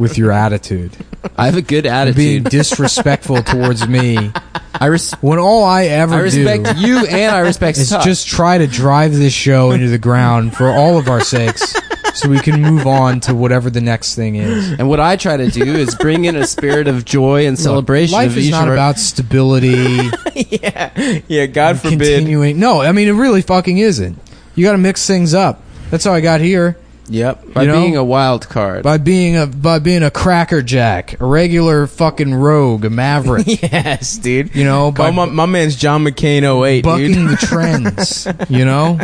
with your attitude, I have a good And being attitude. disrespectful towards me. I, res- When all I ever I do respect you and I respect is Tuck. just try to drive this show into the ground for all of our sakes, so we can move on to whatever the next thing is. and what I try to do is bring in a spirit of joy and celebration. Life of is each not of our- about stability. yeah, yeah. God forbid. continuing. No, I mean it really fucking isn't. You got to mix things up. That's how I got here Yep. by you know? being a wild card. by being a by being a crackerjack, a regular fucking rogue, a maverick. Yes, dude. You know, Call by my, my man's John McCain 08, bucking dude. the trends. You know,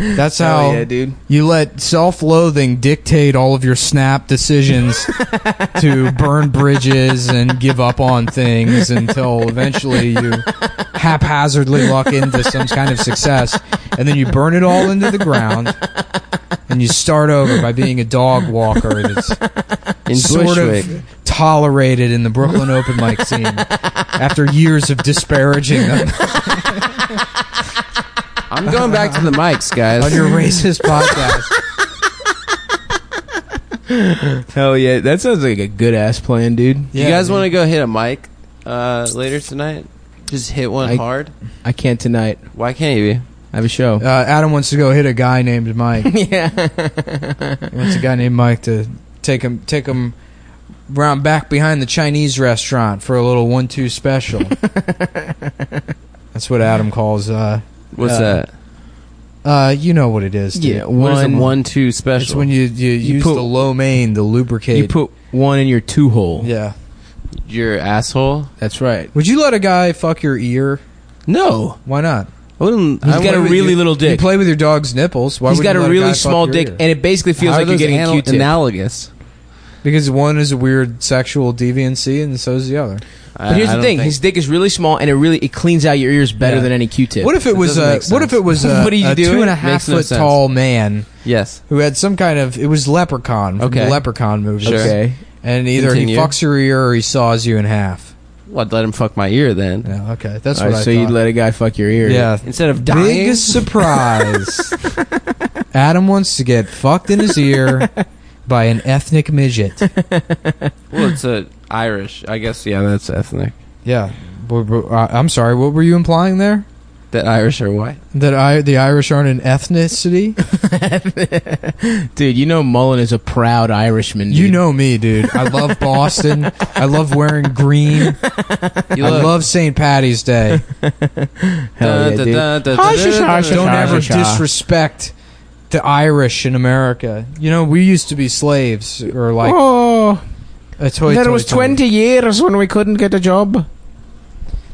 that's how Hell yeah, dude. you let self-loathing dictate all of your snap decisions to burn bridges and give up on things until eventually you haphazardly luck into some kind of success and then you burn it all into the ground and you start over by being a dog walker that's in sort Bushwick. of tolerated in the Brooklyn open mic scene after years of disparaging them I'm going back to the mics, on guys. your racist podcast. Hell yeah. That sounds like a good ass plan, dude. you guys want to go hit a mic uh, later tonight? Just hit one I- hard. I can't tonight. Why can't you? I have a show. Uh, Adam wants to go hit a guy named Mike. yeah. He wants a guy named Mike to take him take him round back behind the Chinese restaurant for a little one-two special. That's what Adam calls. Uh, What's Uh, that? uh, you know what it is. Dude. Yeah, What is a one- one-two special? It's when you you, use put- the low main to lubricate. You put one in your two hole. yeah. your asshole. That's right. Would you let a guy fuck your ear? No. Why not? I wouldn't. He's I got a wouldn't- really little You dick. play with your dog's nipples. Why He's would got you a let guy really fuck small your dick, ear? and it basically feels How are like you're those getting anal- a Q-tip. Analogous. because one is a weird sexual deviancy, and so is the other. but here's I- the I don't thing: think- his dick is really small, and it really it cleans out your ears better Yeah. than any Q-tip. What if it That was doesn't a make What if sense. it was a, What are you a doing? two and a half Makes no foot sense. tall man yes. who had some kind of it was Leprechaun from Okay. the Leprechaun movie. Sure. Okay. And either Continue. he fucks your ear or he saws you in half. Well, I'd let him fuck my ear then. Yeah, okay, that's All what right, I so thought. you'd let a guy fuck your ear? yeah. Instead of dying, Big surprise. Adam wants to get fucked in his ear by an ethnic midget. well, it's a Irish. I guess yeah, that's ethnic. Yeah. W- w- I- I'm sorry. What were you implying there? That Irish or white? That I the Irish aren't an ethnicity? dude, you know Mullen is a proud Irishman. You dude. know me, dude. I love Boston. I love wearing green. I love St. Patty's Day. Hell yeah, dude. Don't Sure, ever sure. disrespect the Irish in America. You know, we used to be slaves or like oh, a toy. there toy was toy. twenty years when we couldn't get a job.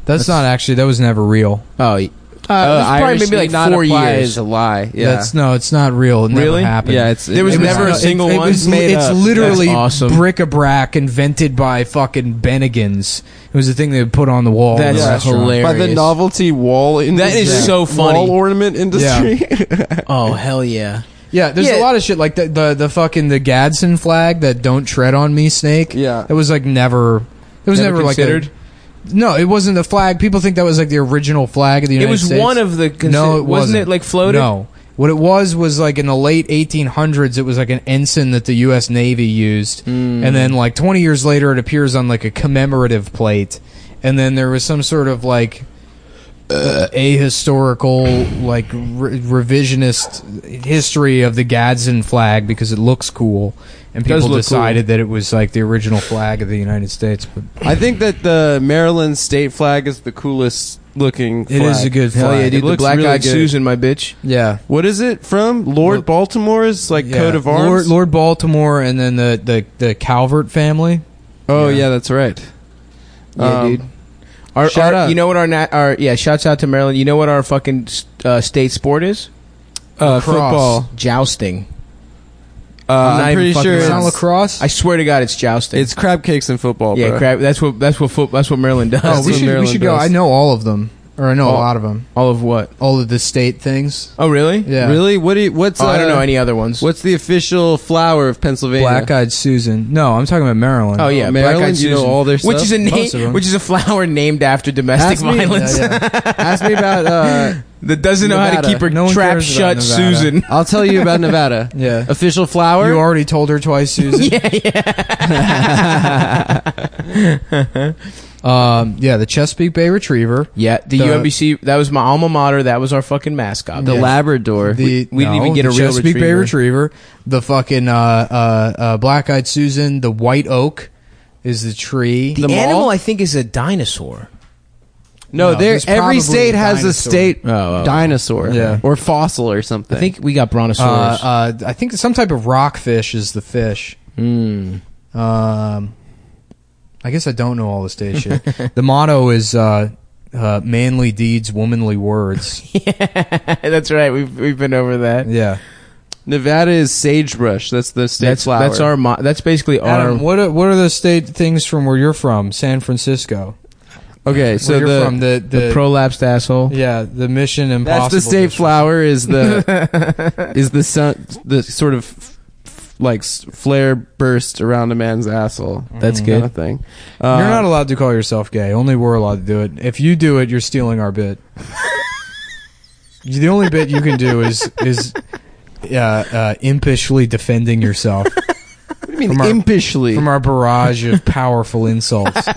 That's not actually. That was never real. Oh, y- Uh, Uh, this is probably Irish maybe like did not four apply years. Is a lie. Yeah. That's no, it's not real. It never Really? happened. yeah. It's There was it never a not- single it, one It was, made it's up. literally That's awesome. bric-a-brac invented by fucking Bennigan's. It was the thing they would put on the wall. in the That's restaurant. hilarious. by the novelty wall. Industry. is so funny. Wall ornament industry. Oh hell yeah! Yeah, there's Yeah. a lot of shit like the, the the fucking the Gadsden flag that don't tread on me snake. Yeah. it was like never. It was never, Never like a- considered? no, it wasn't the flag. People think that was like the original flag of the It United was States. one of the consi- no, it wasn't it like floated? No, what it was was like in the late 1800s, it was like an ensign that the U.S. Navy used, and then like 20 years later, it appears on like a commemorative plate, and then there was some sort of like uh, ahistorical, like re- revisionist history of the Gadsden flag because it looks cool, and does people look decided that it was like the original flag of the United States. But I think that the Maryland state flag is the coolest looking. Flag. It is a good Hell flag. yeah, dude! It The looks black really eyed good. Susan, my bitch. yeah. What is it from? Lord Look- Baltimore's like Yeah. coat of arms. Lord, Lord Baltimore, and then the, the, the Calvert family. oh Yeah. yeah. that's right. Yeah, Um, dude. Our, shout our- out. You know what our nat- our yeah? Shouts out to Maryland. You know what our fucking uh, state sport is? Uh, Lacrosse. football. Jousting. Uh, I'm not I'm even pretty fucking sure around. It's not it's, lacrosse. I swear to God, it's jousting. it's crab cakes in football. yeah, bro. crap. That's what that's what foot, that's what Maryland does. Oh, That's we what should, we Maryland should go. does. I know all of them, or I know All- a lot of them. All of what? All of the state things. Oh, really? Yeah. Really? What? Do you, what's? Oh, I don't uh, know any other ones. What's the official flower of Pennsylvania? Black Eyed Susan. No, I'm talking about Maryland. Oh yeah, Maryland, Black Eyed you know Susan, all their which stuff? is a Most name, of them. which is a flower named after domestic Ask me- violence Yeah, Ask me about. Uh, that doesn't know how to Nevada. keep her No one trap cares about shut, Nevada. Susan. I'll tell you about Nevada. yeah. yeah. Official flower. You already told her twice, Susan. yeah, yeah. Um, yeah, the Chesapeake Bay Retriever. yeah, the, The- UMBC. That was my alma mater. That was our fucking mascot. the Yeah. Labrador. The, we didn't no, even get the a real Chesapeake Bay retriever. Retriever. The fucking uh, uh, uh, Black Eyed Susan. The White Oak is the tree. The, The mall? animal, I think, is a dinosaur. no, No, there. he's probably Every state a has a dinosaur. state Oh, oh. dinosaur Yeah. or fossil or something. I think we got brontosaurus. uh, uh, I think some type of rockfish is the fish. Mm. Um, I guess I don't know all the state shit. the motto is uh, uh, "Manly deeds, womanly words." that's right. We've we've been over that. yeah. Nevada is sagebrush. That's the state That's flower. that's our mo- that's basically Adam, our. what are, what are the state things from where you're from? San Francisco. Okay, where so you're the from the the, The, prolapsed asshole. yeah the Mission Impossible. that's the state district. flower is the is the sun the sort of f- f- like s- flare burst around a man's asshole. That's Kind good. of thing. Uh, You're Um, not allowed to call yourself gay. Only we're allowed to do it. If you do it, you're stealing our bit. the only bit you can do is is uh, uh, impishly defending yourself. I mean, from our- impishly. from our barrage of powerful insults,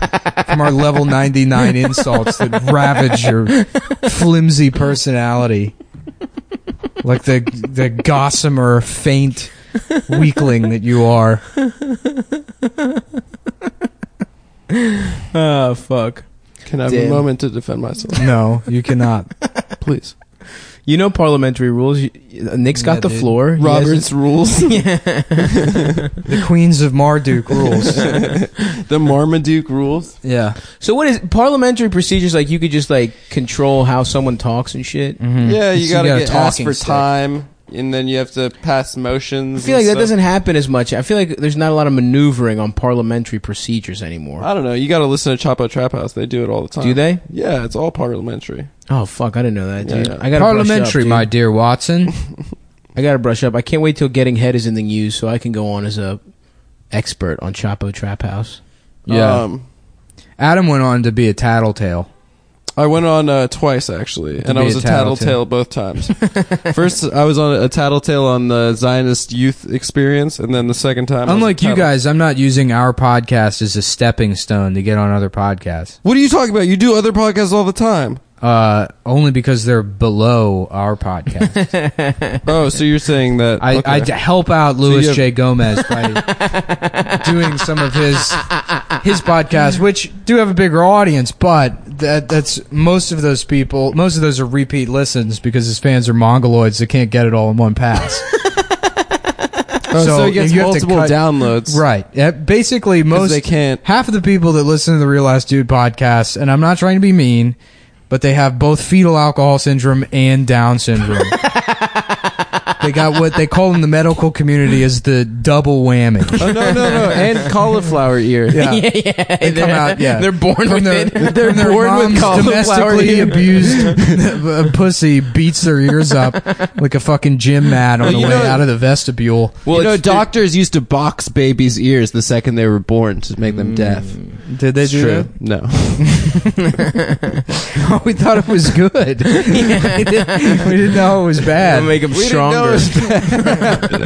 from our level 99 insults that ravage your flimsy personality, like the the gossamer faint weakling that you are. Oh fuck. Can I have Damn. a moment to defend myself, No, you cannot. please? You know parliamentary rules. You- uh, Nick's got Yeah, the dude. floor. He Robert's rules. The queens of Marduk rules. the Marmaduke rules. Yeah. hasn't- So what is parliamentary procedures? Like you could just like control how someone talks and shit. Yeah, you So gotta, Mm. got a get asked talking for stick. time, and then you have to pass I motions. feel like and that stuff. doesn't happen as much. I feel like there's not a lot of maneuvering on parliamentary procedures anymore. I don't know. You gotta listen to Chapo Trap House. They do it all the time. Do they? Yeah, it's all parliamentary. Oh fuck! I didn't know that, dude. Yeah, yeah. I got Parliamentary, brush up, my dude. dear Watson. I got to brush up. I can't wait till getting head is in the news, so I can go on as a expert on Chapo Trap House. Yeah. Um, Adam went on to be a tattletale. I went on uh, twice actually, and I be was a a tattletale both times. First, I was on a tattletale on the Zionist Youth Experience, and then the second time, I was a Unlike you tattle- guys, I'm not using our podcast as a stepping stone to get on other podcasts. What are you talking about? You do other podcasts all the time. Uh, only because they're below our podcast. Oh, so you're saying that? I, okay. I d- help out you Luis have- J. Gomez by doing some of his his podcasts, which do have a bigger audience, but that that's most of those people. Most of those are repeat listens because his fans are mongoloids that can't get it all in one pass. oh, so, it gets you have to multiple cut- downloads, Right. Yeah, basically, most they can't- half of the people that listen to the Real Ass Dude podcast, and I'm not trying to be mean, but they have both fetal alcohol syndrome and Down syndrome. they got what they call in the medical community is the double whammy. Oh, no, no, no. And cauliflower ear. Yeah. yeah, They come out, yeah. They're born with their, it. They're born with cauliflower domestically ear. abused pussy beats their ears up like a fucking gym mat on Well, the you way know- out of the vestibule. Well, you know, doctors used to box babies' ears the second they were born to make them deaf. Did they It's do true. No. that? we thought it was good. we, didn't, we didn't know it was bad. It'll make them We didn't stronger. know it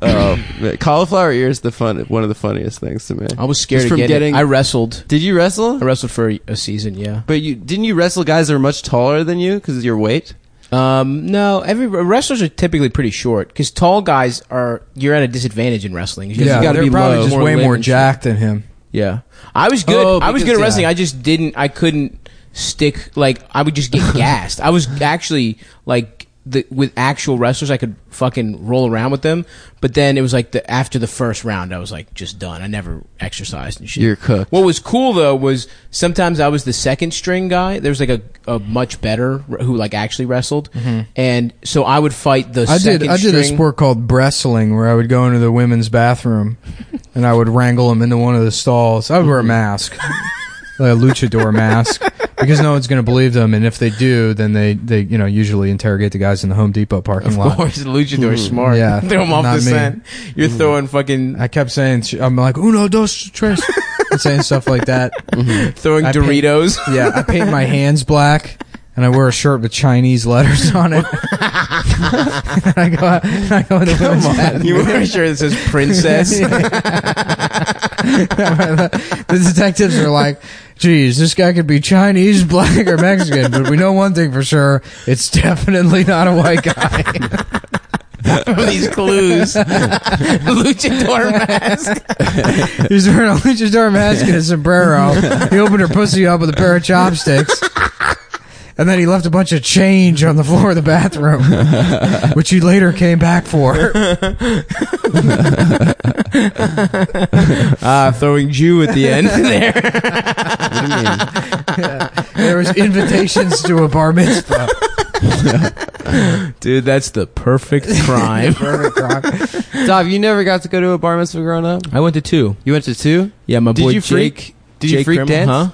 Um, cauliflower ear is the fun, one of the funniest things to me. I was scared Just of from getting. getting- I wrestled. Did you wrestle? I wrestled for a- a season. Yeah. But you didn't you wrestle guys that are much taller than you because of your weight? Um, no, every wrestlers are typically pretty short because tall guys are you're at a disadvantage in wrestling. You yeah, gotta they're be probably low, just way limb more and shit. jacked than him. Yeah, I was good. Oh, I was good because- at wrestling. yeah. I just didn't. I couldn't stick. Like I would just get gassed. I was actually like the with actual wrestlers, I could fucking roll around with them. But then it was like the after the first round, I was like just done. I never exercised and shit. You're cooked. What was cool though was sometimes I was the second string guy. There was like a, a much better who like actually wrestled, and so I would fight the. Mm-hmm. I did. second I did a string. sport called wrestling where I would go into the women's bathroom and I would wrangle them into one of the stalls. I would wear a mask, like a luchador mask, because no one's going to believe them, and if they do, then they they you know usually interrogate the guys in the Home Depot parking Of lot. course, Luchador's smart. Yeah, throw him off not the me. scent. You're throwing fucking I kept saying sh- I'm like uno dos tres, and saying stuff like that. throwing I paint- Doritos. Yeah, I paint my hands black. And I wear a shirt with Chinese letters on it. and I go, out, and I go into the women's bathroom. You wear a shirt that says princess. the detectives are like, geez, this guy could be Chinese, black, or Mexican, but we know one thing for sure it's definitely not a white guy. From these clues. Luchador mask. He's wearing a luchador mask and a sombrero. He opened her pussy up with a pair of chopsticks. And then he left a bunch of change on the floor of the bathroom, which he later came back for. Ah, throwing Jew at the end there. There was invitations to a bar mitzvah. Dude, that's the perfect crime. Dov, you never got to go to a bar mitzvah growing up. I went to two. You went to two. Yeah, my Did boy you Jake. freak- Did you Jake freak Grimmel, dance? Huh?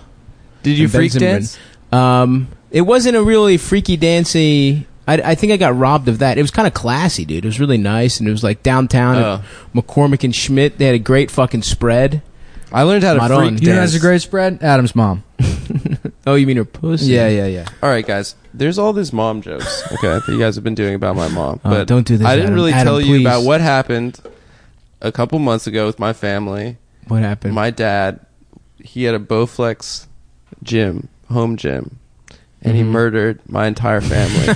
Did you And Ben freak Zimmerman. dance? Um, it wasn't a really freaky dancy. I, I think I got robbed of that. It was kind of classy, dude. It was really nice, and it was like downtown Oh. at McCormick and Schmidt. They had a great fucking spread. I learned how to Madonna. freak You know, dance. that's a great spread. Adam's mom. Oh, you mean her pussy? yeah, yeah. all right, guys. There's all these mom jokes, okay, that you guys have been doing about my mom. Oh, But don't do this, I didn't Adam. really Adam, tell you please. about what happened a couple months ago with my family. What happened? My dad, he had a Bowflex gym, home gym, and he Mm-hmm. Mhm. murdered my entire family.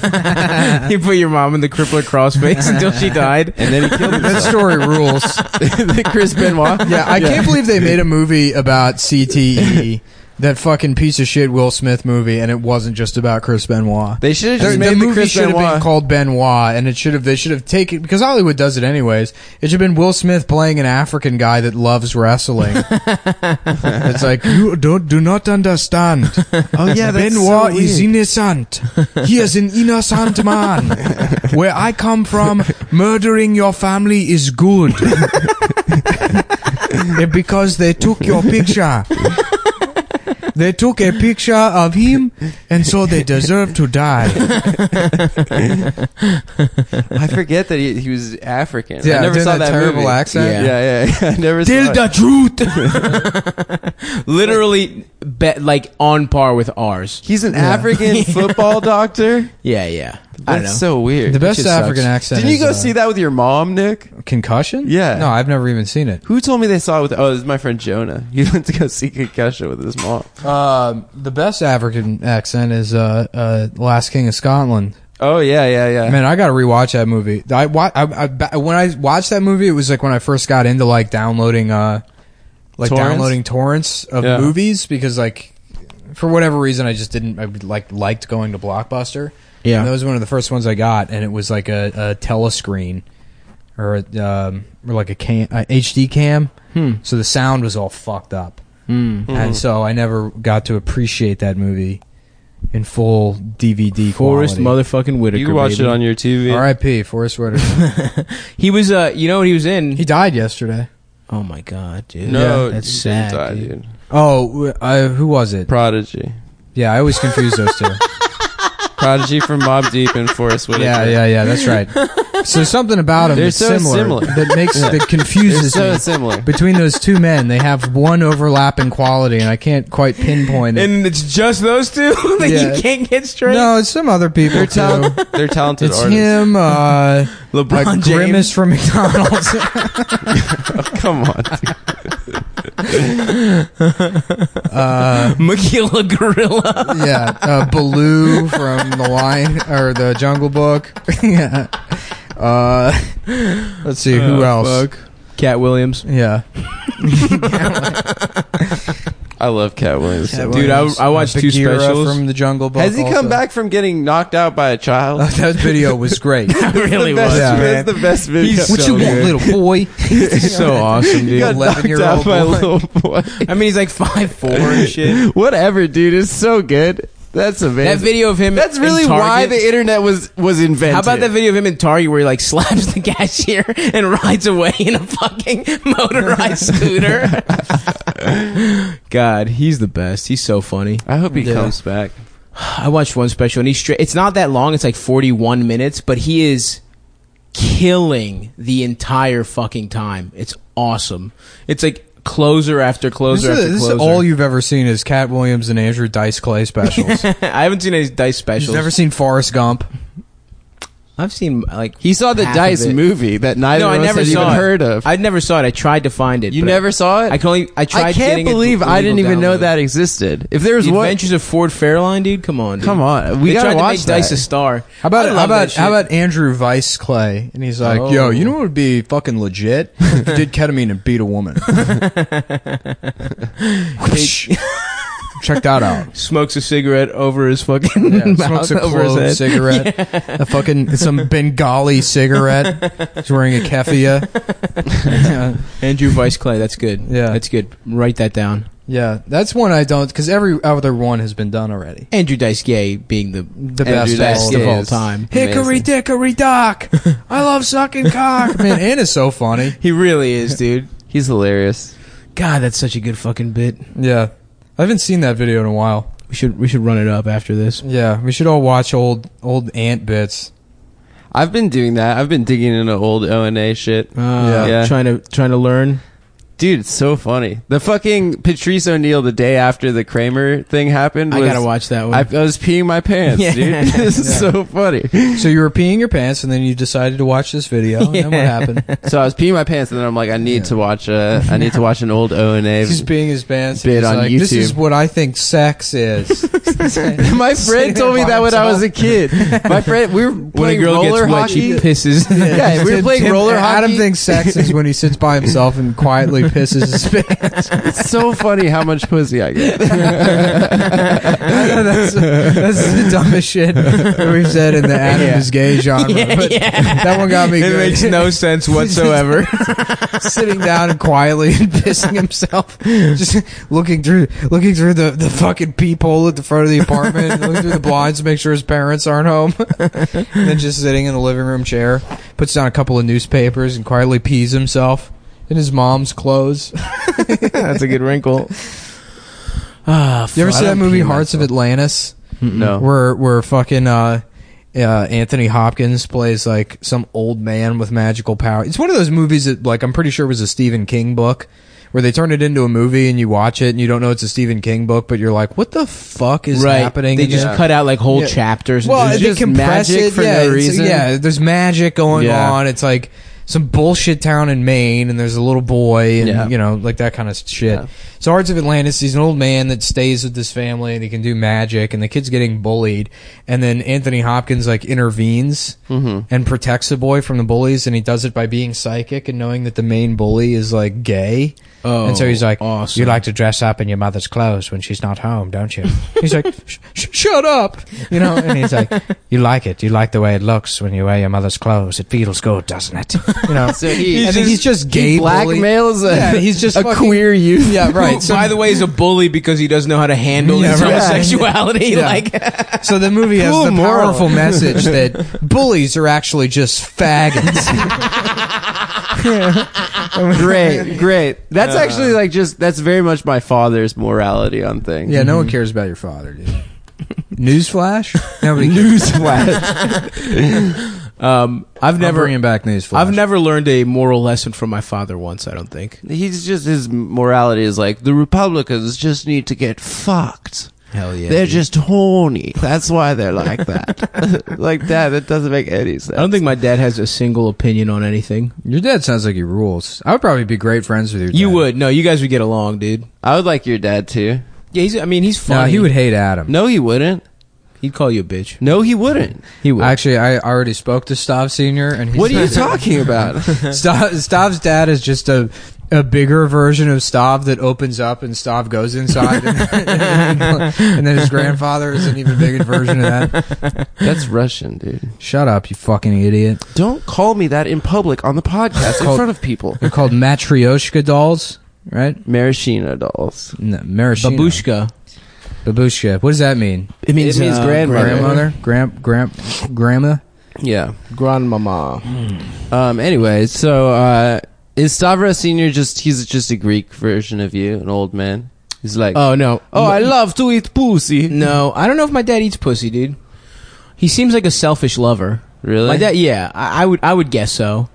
you put your mom in the crippler crossface until she died. and then he killed That himself. story rules. the Chris Benoit. Yeah, I can't believe they made a movie about CTE, that fucking piece of shit Will Smith movie, and it wasn't just about Chris Benoit. They should have just The- made the the movie Chris should have Benoit. been called Benoit, and it should have they should have taken because Hollywood does it anyways. It should have been Will Smith playing an African guy that loves wrestling. it's like you don't do not understand. oh yeah, Benoit is innocent. He is an innocent man. Where I come from, murdering your family is good. And because they took your picture. They took a picture of him, and so they deserve to die. I forget that he, he was African. Yeah, I never doing saw that that terrible movie. accent. Yeah, yeah. yeah, I never saw it. truth. Literally, bet like on par with ours. He's an African football doctor. Yeah, yeah. I don't know. That's so weird. The best shit sucks. African accent. Didn't is, you go uh, see that with your mom, Nick? Concussion? Yeah. No, I've never even seen it. Who told me they saw it with? Oh, this is my friend Jonah. He went to go see Concussion with his mom. Um, the best African accent is uh, uh, Last King of Scotland. Oh yeah, yeah, yeah. Man, I gotta rewatch that movie. I, wa- I, I ba- when I watched that movie, it was like when I first got into like downloading, uh, like Torrents? downloading torrents of Yeah. movies because like for whatever reason I just didn't I like liked going to Blockbuster. Yeah. and that was one of the first ones I got, and it was like a, a telescreen or a, um, or like a cam, a HD cam. Hmm. So the sound was all fucked up. hmm. and so I never got to appreciate that movie in full DVD Forrest quality. motherfucking Whitaker. You can watch baby. it on your TV. R.I.P. Forrest Whitaker. He was, uh, you know what he was in? he died yesterday. oh my god, dude. No, Yeah, that's you sad. didn't die, dude. dude. Oh, w- I, who was it? Prodigy. Yeah, I always confuse those two. Prodigy from Mob Deep and Forrest Whitaker. yeah, yeah, yeah. That's right. So something about them They're that's so similar, similar. that makes that They're confuses so me. similar. Between those two men, they have one overlapping quality, and I can't quite pinpoint it. And it's just those two that Yeah. you can't get straight. No, it's some other people too. They're talented It's artists. him, uh, LeBron like James. Grimace from McDonald's. Come on. dude. uh, Makila Gorilla. yeah, uh, Baloo from The Lion or The Jungle Book. yeah. Uh, let's see who Oh, else. Cat Williams. Yeah, I love Cat Williams. Dude, I- I watched two uh, Bagheera specials. from The Jungle Book. Has he also. come back from getting knocked out by a child? Uh, that video was great. That really the best, was. Yeah. That's the best video. He's what so you want, good. little boy? It's so awesome, He got dude. knocked 11-year-old out by a boy. little boy. I mean, he's like five four and shit. Whatever, dude. It's so good. That's amazing. That video of him. That's in really Target- why the internet was was invented. How about that video of him in Target where he like slaps the cashier and rides away in a fucking motorized scooter? God, he's the best. He's so funny. I hope he Yeah. comes back. I watched one special and he's straight. It's not that long. It's like 41 minutes, but he is killing the entire fucking time. It's awesome. It's like closer after This, closer is, after this is closer. all you've ever seen is Cat Williams and Andrew Dice Clay specials. I haven't seen any dice You've specials. never seen Forrest Gump. I've seen like He saw the half of Dice it. movie that neither No, I of us never had saw even it. heard of. I never saw it. I tried to find it. you but never saw it? I, I can only. I tried. I getting can't it believe I didn't illegal even know download. that existed. If there was The one, Adventures of Ford Fairline, dude. Come on, dude. come on, we they gotta tried watch to that. make Dice a star. How about I how love that about how shit. about Andrew Vice Clay? And he's like, Oh. "Yo, you know what would be fucking legit? If you did ketamine and beat a woman." Whoosh. Check that out. smokes a cigarette over his fucking Yeah, mouth smokes a over his clove head. cigarette, a fucking some Bengali cigarette. He's wearing a keffiyeh. yeah. Andrew Vice Clay, that's good. Yeah. that's good. Write that down. yeah, that's one I don't because every other one has been done already. Andrew Dice Gay being the The Andrew best, of all Dice best of Gay all is- time. Hickory Amazing. dickory dock. I love sucking cock. Man, Anne is so funny. He really is, dude. He's hilarious. God, that's such a good fucking bit. Yeah. I haven't seen that video in a while. We should we should run it up after this. Yeah, we should all watch old old ant bits. I've been doing that. I've been digging into old O and A shit, Uh, Yeah. Yeah. trying to trying to learn. dude. It's so funny. The fucking Patrice O'Neill the day after the Kramer thing happened. I Was, gotta watch that one. I, I was peeing my pants, Yeah. dude. This is so funny. So you were peeing your pants and then you decided to watch this video. Oh, And then what happened? So I was peeing my pants, and then I'm like, I need to watch. Uh, I need to watch an old O and A. He's peeing his pants. Bit and he's on like, This YouTube. is what I think sex is. My friend told me that when I was a kid. My friend, we were playing when a girl gets roller wet, she hockey. pisses. Yeah, we were playing Tim- roller Adam hockey. thinks sex is when he sits by himself and quietly pisses his pants. It's so funny how much pussy I get. that's, that's the dumbest shit that we've said in the Adam Yeah. is gay genre. Yeah, but yeah. That one got me it good. makes no sense whatsoever. sitting down and quietly and pissing himself, just looking through looking through the, the fucking peephole at the front of the apartment, looking through the blinds to make sure his parents aren't home, and then just sitting in the living room chair, puts down a couple of newspapers and quietly pees himself in his mom's clothes. That's a good wrinkle. Ah, You ever fuck. see I that don't movie pee Hearts of Atlantis, Oh. no. where where fucking uh, uh, Anthony Hopkins plays like some old man with magical power? It's one of those movies that like I'm pretty sure was a Stephen King book. Where they turn it into a movie and you watch it and you don't know it's a Stephen King book, but you're like, "What the fuck is right. happening?" They in just this?" cut out like whole Yeah. chapters. well, and they just, compress magic it. for yeah, no it's- reason? yeah, there's magic going Yeah. on. It's like some bullshit town in Maine, and there's a little boy, and Yeah. you know, like that kind of shit. Yeah. So, Arts of Atlantis, he's an old man that stays with this family, and he can do magic, and the kid's getting bullied, and then Anthony Hopkins like intervenes Mm-hmm. and protects the boy from the bullies, and he does it by being psychic and knowing that the main bully is like gay. Oh, and so he's like, awesome. "You like to dress up in your mother's clothes when she's not home, don't you?" He's like, sh- sh- "Shut up," you know. And he's like, "You like it. You like the way it looks when you wear your mother's clothes. It feels good, doesn't it?" You know. So he, I think he's just gay he bully. blackmails a, Yeah, he's just a fucking- queer youth. Yeah, right. Who, by the way, is a bully because he doesn't know how to handle Yeah, his right. homosexuality. Yeah. Like, So the movie has Cool the moral. powerful message that bullies are actually just faggots. great, great. That's actually like just that's very much my father's morality on things. yeah, no one cares about your father, dude. Newsflash? Nobody. Newsflash. um, I've Never never, bringing back newsflash. I've never learned a moral lesson from my father. Once, I don't think. He's just his morality is like the Republicans just need to get fucked. Hell yeah, They're just horny. That's why they're like that. like that. That doesn't make any sense. I don't think my dad has a single opinion on anything. Your dad sounds like he rules. I would probably be great friends with your dad. You would no, you guys would get along, dude. I would like your dad too. Yeah, he's. I mean, he's No, funny. he would hate Adam. No, he wouldn't. He'd call you a bitch. No, he wouldn't. He would. Actually, I already spoke to Stav Senior, and he's What are you talking about? Stav, Stav's dad is just a a bigger version of Stav that opens up and Stav goes inside, and, and then his grandfather is an even bigger version of that. That's Russian, dude. Shut up, you fucking idiot! Don't call me that in public on the podcast in Called- front of people. They're called Matryoshka dolls, right? Maraschino dolls. No, maraschino. babushka. Babushka. What does that mean? It means, uh, Grandmother? Grand, grand, grandma? Yeah. grandmama. Um. Anyway, so uh, is Stavros Senior just? He's just a Greek version of you, an old man. He's like, Oh no. oh, I love to eat pussy. No, I don't know if my dad eats pussy, dude. He seems like a selfish lover. Really? My dad, yeah, I, I would, I would guess so.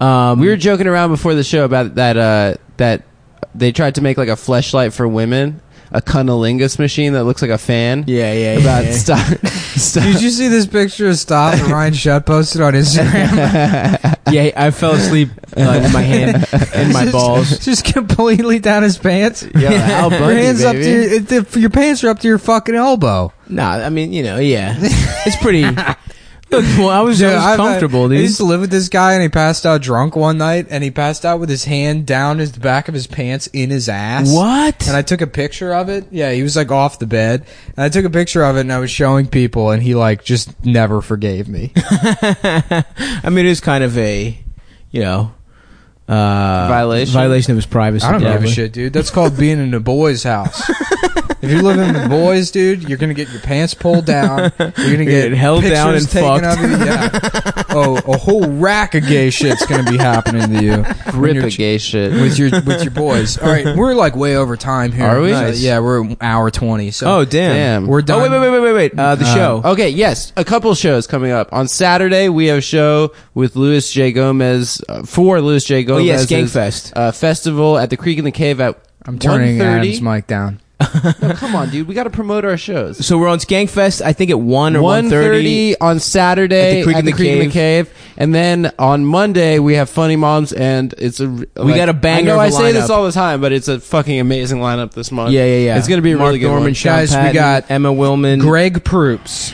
Um, We were joking around before the show about that. Uh, that they tried to make like a fleshlight for women, a cunnilingus machine that looks like a fan. yeah, yeah, yeah. About yeah. Sta- Did you see this picture of Stav and Ryan Shutt posted on Instagram? yeah, I fell asleep uh, in my hand and my Just- balls. Just completely down his pants. Yeah, Al Bundy, your hands up to baby. your, it- the, your pants are up to your fucking elbow. Nah, I mean, you know, yeah, it's pretty. Look, well, I was, I was I've- comfortable, I, I dude. used to live with this guy, and he passed out drunk one night, and he passed out with his hand down his the back of his pants in his ass. What? And I took a picture of it. Yeah, he was like off the bed, and I took a picture of it, and I was showing people, and he like just never forgave me. I mean, it is kind of a, you know, uh, Violation? violation of his privacy. I don't give a probably. shit, dude. That's called being in a boy's house. if you live in the boys, dude, you're gonna get your pants pulled down. You're gonna get getting held pictures down and taken fucked. Of you. Yeah. Oh, a whole rack of gay shit's gonna be happening to you. when Rip you're a ch- gay shit. with your with your boys. All right, we're like way over time here. Are we? So, Nice. yeah, we're an hour twenty. So Oh damn! Damn. we're done. Oh wait, wait, wait, wait, wait, wait. Uh, the Uh, show. Okay, yes, a couple shows coming up. On Saturday, we have a show with Luis J. Gomez uh, for Luis J. Oh Gomez. yes, Gangfest. Uh, festival at the Creek in the Cave at I'm turning 1:30. Adam's mic down. No, come on, dude. We got to promote our shows. So we're on Skankfest, I think at one or one 1.30 thirty. on Saturday At the Creek in the Cave. And then on Monday, we have Funny Moms, and it's a... We got a banger I know of a I say this lineup. all the time, but it's a fucking amazing lineup this month. Yeah, yeah, yeah. It's going to be a Mark really good Norman, one. Sean Guys, we Patton, got Emma Willman, Greg Proops.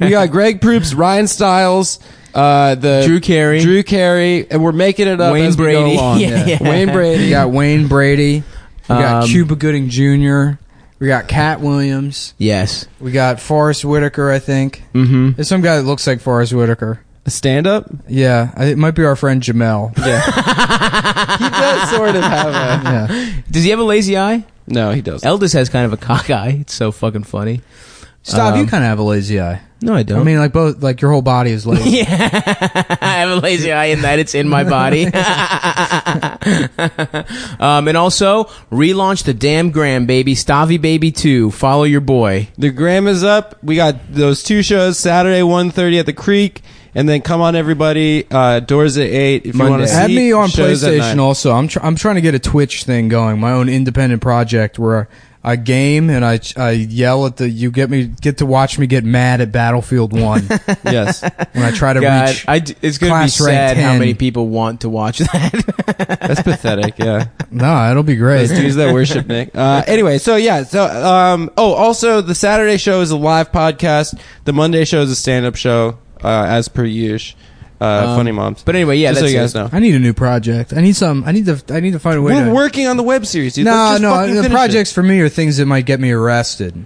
we got Greg Proops, Ryan Stiles, uh, the Drew Carey. Drew Carey, and we're making it up. Wayne as we go Brady. along. Yeah, yeah. Wayne we Brady. got Wayne Brady. We got Um, Cuba Gooding Jr. We got Cat Williams. Yes. We got Forrest Whitaker. I think Hmm? Mm-hmm. there's some guy that looks like Forrest Whitaker. Stand up. Yeah, I- it might be our friend Jamel. He does sort of have a. Yeah. Does he have a lazy eye? No, he doesn't. Eldest has kind of a cock eye. It's so fucking funny. Stop. you Um, kind of have a lazy eye. No, I don't. I mean, like both, like your whole body is lazy. yeah, I have a lazy eye in that it's in my body. um, and also relaunch the damn Gram baby, Stavi baby two. Follow your boy. The gram is up. We got those two shows Saturday 1.30 at the Creek, and then come on everybody. Uh, doors at eight. If you want Monday. to see, Add me on shows at PlayStation nine. also. I'm tr- I'm trying to get a Twitch thing going, my own independent project where I game and I I yell at the you get me get to watch me get mad at Battlefield 1 when Yes, I try to God, reach I d it's gonna be class rank sad how 10. many people want to watch that. that's pathetic. Yeah. No, it'll be great. Those dudes that worship Nick. Uh, anyway, so yeah, so um, oh, also the Saturday show is a live podcast. The Monday show is a stand-up show, uh, as per usual. uh, Um, Funny Moms. But anyway, yeah, Just that's so you it. guys know. I need a new project. I need some. I need to. I need to find a way. We're to, working on the web series, dude. Let's no, just no. fucking the finish projects for me are things that might get me arrested,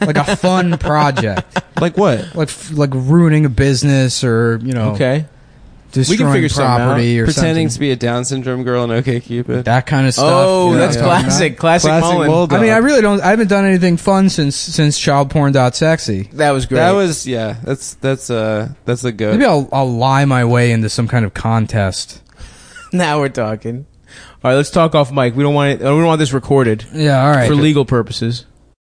like a fun project, it. like what? like f- like ruining a business or you know, Okay. destroying something out. property or Pretending to something. be a Down syndrome girl and OK Cupid. that kind of stuff. Oh, you know that's what I'm talking classic. Classic, Classic Mullen. Mullen. about? I mean, I really don't. I haven't done anything fun since since childporn.sexy. That was great. That was yeah. That's that's uh that's a Maybe go. I'll I'll lie my way into some kind of contest. now we're talking. All right, let's talk off mic. We don't want it, we don't want this recorded Yeah, all right. for legal purposes.